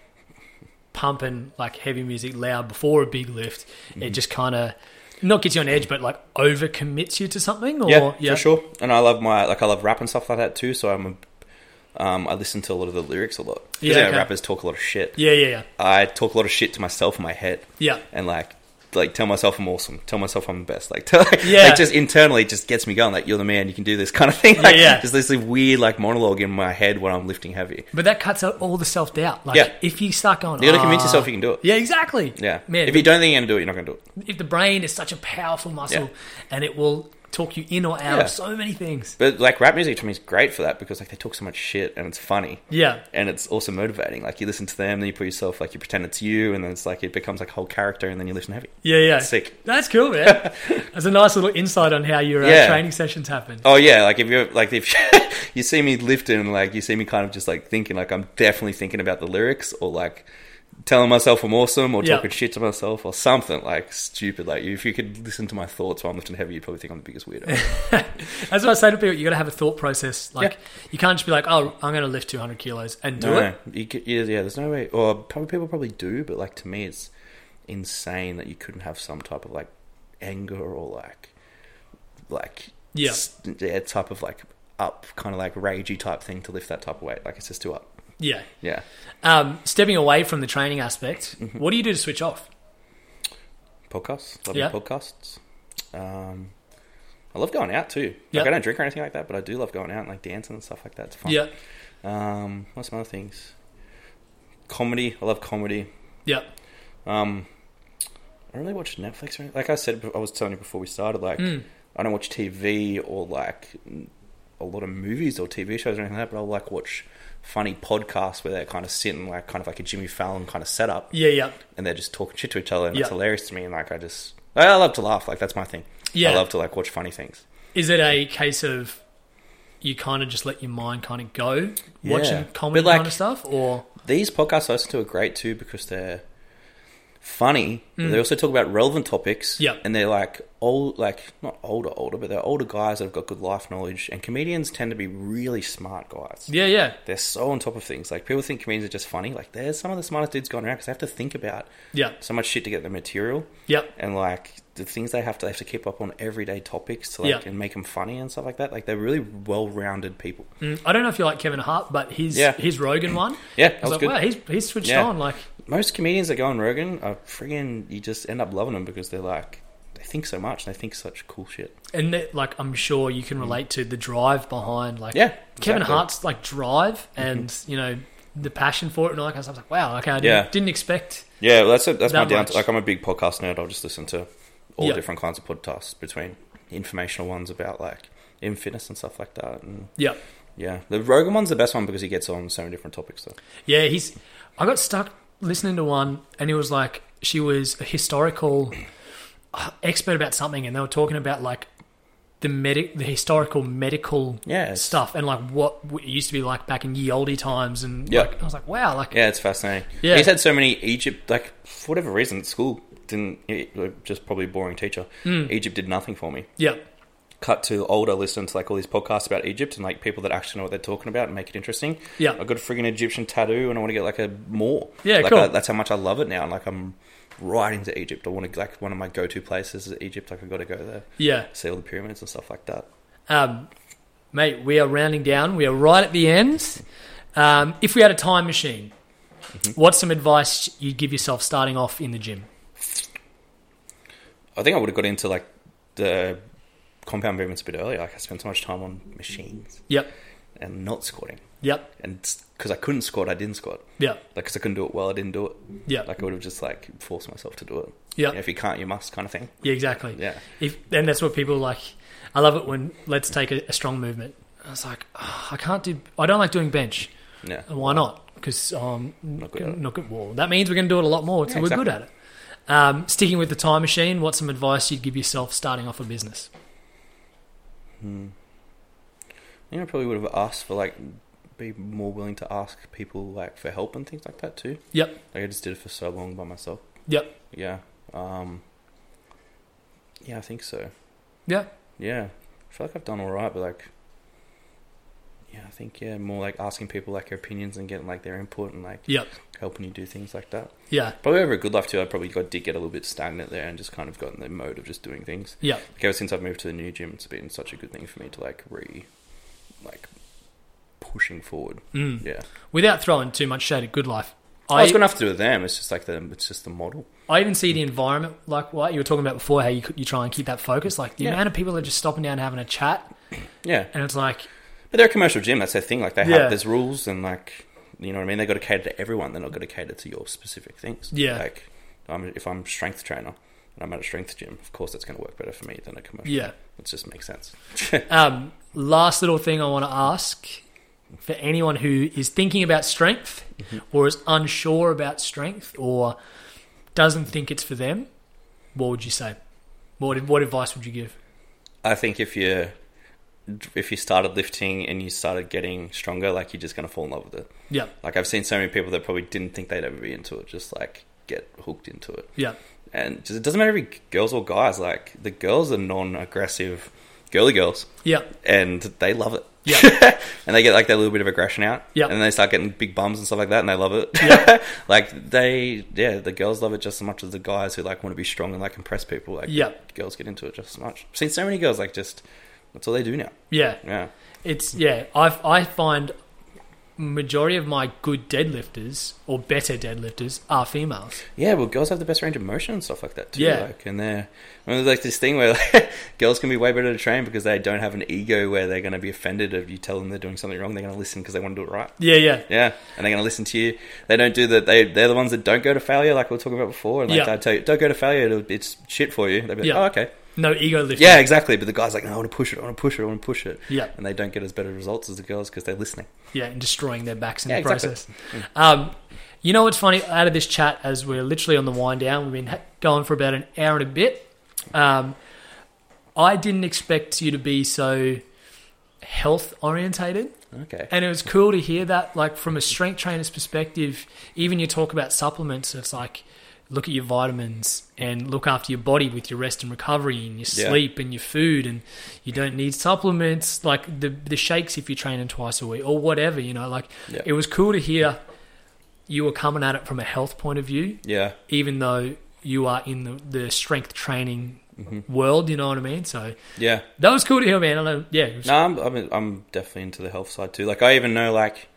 pumping like heavy music loud before a big lift? It
Mm-hmm.
just kind of not gets you on edge, but like overcommits you to something. Or,
yeah, for sure. And I love my like I love rap and stuff like that too. So I'm a, um, I listen to a lot of the lyrics a lot. 'Cause,
Yeah,
you know,
okay.
rappers talk a lot of shit.
Yeah, yeah, yeah,
I talk a lot of shit to myself in my head
yeah,
and like like tell myself I'm awesome, tell myself I'm the best, like tell,
Yeah.
like just internally it just gets me going. Like you're the man, you can do this kind of thing. Like,
yeah.
Just this weird like monologue in my head when I'm lifting heavy.
But that cuts out all the self doubt. Like
Yeah.
if you start going,
You got to convince
"Ah."
yourself you can do it.
Yeah, exactly.
Yeah,
man.
If you don't think you're gonna do it, you're not gonna do it.
if the brain is such a powerful muscle,
Yeah.
and it will talk you in or out
Yeah.
of so many things.
But like rap music to me is great for that because like they talk so much shit and it's funny.
Yeah,
and it's also motivating. Like you listen to them, then you put yourself like you pretend it's you, and then it's like it becomes like a whole character, and then you listen heavy.
Yeah, yeah.
Sick.
That's cool, man. That's a nice little insight on how your uh,
Yeah.
training sessions happen.
Oh yeah, like if you're like if you see me lifting, and like you see me kind of just like thinking, like I'm definitely thinking about the lyrics, or like telling myself I'm awesome, or
Yeah.
talking shit to myself, or something like stupid. Like if you could listen to my thoughts while I'm lifting heavy, you'd probably think I'm the biggest weirdo.
That's what I say to people. You got to have a thought process. Like
Yeah.
you can't just be like, "Oh, I'm going to lift 200 kilos and do
no,
it."
You could, yeah, yeah, there's no way. Or probably people probably do, but like to me, it's insane that you couldn't have some type of like anger or like like
Yeah.
s- yeah, type of like up kind of like ragey type thing to lift that type of weight. Like it's just too up.
Yeah.
Yeah. Mm-hmm.
Um, stepping away from the training aspect, what do you do to switch off?
podcasts. Love
Yeah.
your podcasts. Um, I love going out too. Like
Yeah.
I don't drink or anything like that, but I do love going out and like dancing and stuff like that. It's fun.
Yeah,
Um, what's some other things? Comedy. I love comedy.
yeah,
Um, I don't really watch Netflix or anything. Like I said, I was telling you before we started. Like
Mm.
I don't watch TV or like a lot of movies or TV shows or anything like that. But I'll like watch funny podcasts where they're kind of sitting like kind of like a Jimmy Fallon kind of setup
yeah, yeah.
and they're just talking shit to each other, and
Yeah.
it's hilarious to me. And like, I just, I love to laugh. Like that's my thing.
Yeah.
I love to like watch funny things.
Is it a case of you kind of just let your mind kind of go watching
Yeah.
comedy
But, like-
kind of stuff, or
These podcasts I listen to are great too because they're funny. but They also talk about relevant topics.
Mm. Yeah.
and they're like old, like not older, older, but they're older guys that have got good life knowledge. And comedians tend to be really smart guys.
yeah, yeah,
They're so on top of things. Like people think comedians are just funny. Like they're some of the smartest dudes going around because they have to think about
yeah,
so much shit to get the material.
yeah,
and like the things they have to they have to keep up on everyday topics to like
Yeah.
and make them funny and stuff like that. Like they're really well-rounded people.
Mm, I don't know if you like Kevin Hart, but his
Yeah.
his Rogan one.
Yeah,
I
that
was
was
like,
good.
wow, he's he's switched
Yeah.
on. Like,
Most comedians that go on Rogan are friggin' you just end up loving them because they're like they think so much and they think such cool shit.
and that, like I'm sure you can relate to the drive behind like
Mm. Yeah,
Kevin
exactly. Mm-hmm.
Hart's like drive and you know the passion for it and all that kind of stuff. I was like, wow, okay, I didn't,
Yeah.
didn't expect.
Yeah, well, that's a, that's my
That
down.
much.
Like I'm a big podcast nerd. I'll just listen to all
Yeah.
different kinds of podcasts between informational ones about like in fitness and stuff like that. And
Yeah,
yeah, the Rogan one's the best one because he gets on so many different topics. Though.
yeah, he's. I got stuck listening to one, and it was like she was a historical uh, expert about something, and they were talking about like the medic, the historical medical
Yeah, it's-
stuff, and like what it used to be like back in ye olde times, and
Yeah.
like, I was like, wow, like
Yeah, it's fascinating.
Yeah.
He's had so many Egypt, like, for whatever reason, school didn't, it- like, just probably a boring teacher.
Hmm.
Egypt did nothing for me.
yeah.
Cut to older, listening to, like, all these podcasts about Egypt and, like, people that actually know what they're talking about and make it interesting.
Yeah.
I got a friggin' Egyptian tattoo and I want to get, like, a more.
Yeah,
like,
cool.
I- that's how much I love it now. And, like, I'm right into Egypt. I want to, like, one of my go to places is Egypt. Like, i got to go there,
Yeah.
see all the pyramids and stuff like that.
Um, mate, we are rounding down. We are right at the end. Um, if we had a time machine,
Mm-hmm.
what's some advice you'd give yourself starting off in the gym?
I think I would have got into, like, the compound movements a bit earlier. Like, I spent so much time on machines
Yep.
and not squatting.
Yep.
and because I couldn't squat, I didn't squat.
Yep.
Like, because I couldn't do it well, I didn't do it.
Yep.
Like, I would have just like forced myself to do it.
Yeah.
You know, if you can't, you must, kind of thing.
Yeah, exactly.
Yeah.
If and that's what people like. I love it when let's take a, a strong movement. I was like, "Oh, I can't do. I don't like doing bench.
Yeah.
Why not? Because um, not
good at it.
good. Well, that means we're going to do it a lot more. So
Yeah,
we're
exactly.
good at it. Um, sticking with the time machine, what's some advice you'd give yourself starting off a business?
Hmm. You know, I probably would have asked for like, be more willing to ask people like for help and things like that too.
Yep.
Like, I just did it for so long by myself.
Yep.
Yeah. Um, yeah, I think so.
Yeah.
Yeah. I feel like I've done all right, but like, yeah, I think, yeah, more like asking people like their opinions and getting like their input and like
Yep.
helping you do things like that.
Yeah.
Probably over a good life too. I probably got did get a little bit stagnant there and just kind of got in the mode of just doing things.
Yeah.
Like ever since I've moved to the new gym, it's been such a good thing for me to like re, like pushing forward.
Mm.
Yeah,
Without throwing too much shade at Good Life,
I,
I,
it's got nothing to do with them. It's just like the it's just the model.
I even see the environment like what you were talking about before, how you, you try and keep that focus. Like the
Yeah.
amount of people that are just stopping down and having a chat,
Yeah,
and it's like,
but they're a commercial gym. That's their thing. Like they
Yeah.
have there's rules and like you know what I mean. They got to cater to everyone. They're not going to cater to your specific things.
Yeah.
Like I'm, if I'm a strength trainer and I'm at a strength gym, of course that's going to work better for me than a commercial.
yeah.
It just makes sense.
Um, last little thing I want to ask for anyone who is thinking about strength
Mm-hmm.
or is unsure about strength or doesn't think it's for them, what would you say? What, what advice would you give?
I think if you if you started lifting and you started getting stronger, like you're just gonna fall in love with it.
Yeah.
Like I've seen so many people that probably didn't think they'd ever be into it, just like get hooked into it.
Yeah.
And just, it doesn't matter if you're girls or guys. Like the girls are non-aggressive, girly girls,
Yeah.
and they love it.
Yeah.
and they get like that little bit of aggression out.
Yeah.
And then they start getting big bums and stuff like that, and they love it. like they, yeah, the girls love it just as much as the guys who like want to be strong and like impress people. Like
Yeah.
girls get into it just as much. I've seen so many girls like just that's all they do now.
yeah.
Yeah,
It's yeah. I I find majority of my good deadlifters or better deadlifters are females.
Yeah, well, girls have the best range of motion and stuff like that too.
Yeah.
like, and they're and there's like this thing where like, girls can be way better to train because they don't have an ego where they're going to be offended if you tell them they're doing something wrong. They're going to listen because they want to do it right.
Yeah, yeah.
Yeah, and they're going to listen to you. They don't do that. They they're the ones that don't go to failure, like we were talking about before. And like
Yeah.
I tell you, don't go to failure. It'll, it's shit for you. They'll be like,
Yeah.
oh okay,
No ego lifting.
yeah, exactly. But the guy's like, no, I want to push it. I want to push it. I want to push it.
Yeah.
and they don't get as better results as the girls because they're listening.
yeah, and destroying their backs in
Yeah,
the
exactly.
process. Um, you know what's funny? Out of this chat, as we're literally on the wind down, we've been ha- going for about an hour and a bit. Um, I didn't expect you to be so health orientated,
Okay.
and it was cool to hear that. Like from a strength trainer's perspective, even you talk about supplements. It's like look at your vitamins and look after your body with your rest and recovery and your
Yeah.
sleep and your food and you don't need supplements like the the shakes if you're training twice a week or whatever you know like
Yeah.
it was cool to hear you were coming at it from a health point of view
yeah,
even though you are in the, the strength training
Mm-hmm.
world you know what i mean so
yeah.
that was cool to hear man I know, yeah it was-
No, I'm, I'm I'm definitely into the health side too. Like I even know like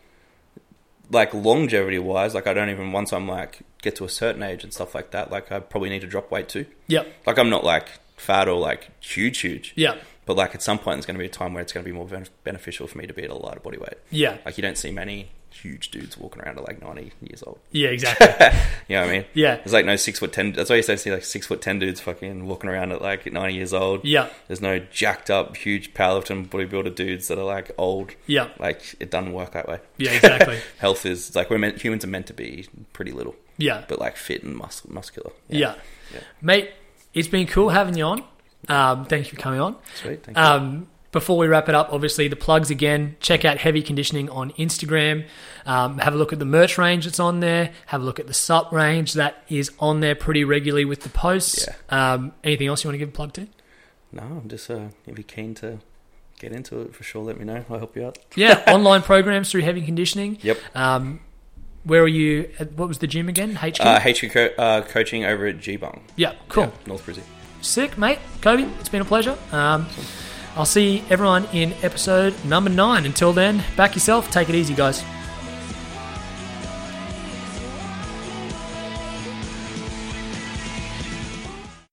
like longevity wise, like I don't even once I'm like get to a certain age and stuff like that, like I probably need to drop weight too.
yep
Like I'm not like fat or like huge huge,
yep
but like at some point there's going to be a time where it's going to be more ben- beneficial for me to be at a lighter body weight.
yeah
Like you don't see many huge dudes walking around at like 90 years old.
yeah exactly
You know what I mean?
yeah
There's like no six foot ten. That's why you don't see like six foot ten dudes fucking walking around at like 90 years old.
yeah
There's no jacked up, huge powerlifting bodybuilder dudes that are like old.
yeah
Like it doesn't work that way.
yeah exactly
Health is like we're meant. Humans are meant to be pretty little,
yeah
but like fit and mus- muscular.
Yeah.
Yeah.
Mate, it's been cool having you on. Um, thank you for coming on.
sweet. Thank you.
Um, before we wrap it up, obviously, the plugs again. Check out Heavy Conditioning on Instagram. Um, have a look at the merch range that's on there. Have a look at the sup range that is on there pretty regularly with the posts. Um, anything else you want to give a plug to?
No, I'm just uh, if you're keen to get into it for sure, let me know. I'll help you out.
Yeah, online programs through Heavy Conditioning.
Yep.
Um, where are you? At, what was the gym again? HQ?
Uh, HQ co- uh, coaching over at G Bung.
yeah, cool.
North Brizzy.
Sick, mate. Kobe, it's been a pleasure. Um, I'll see everyone in episode number nine. Until then, back yourself. Take it easy, guys.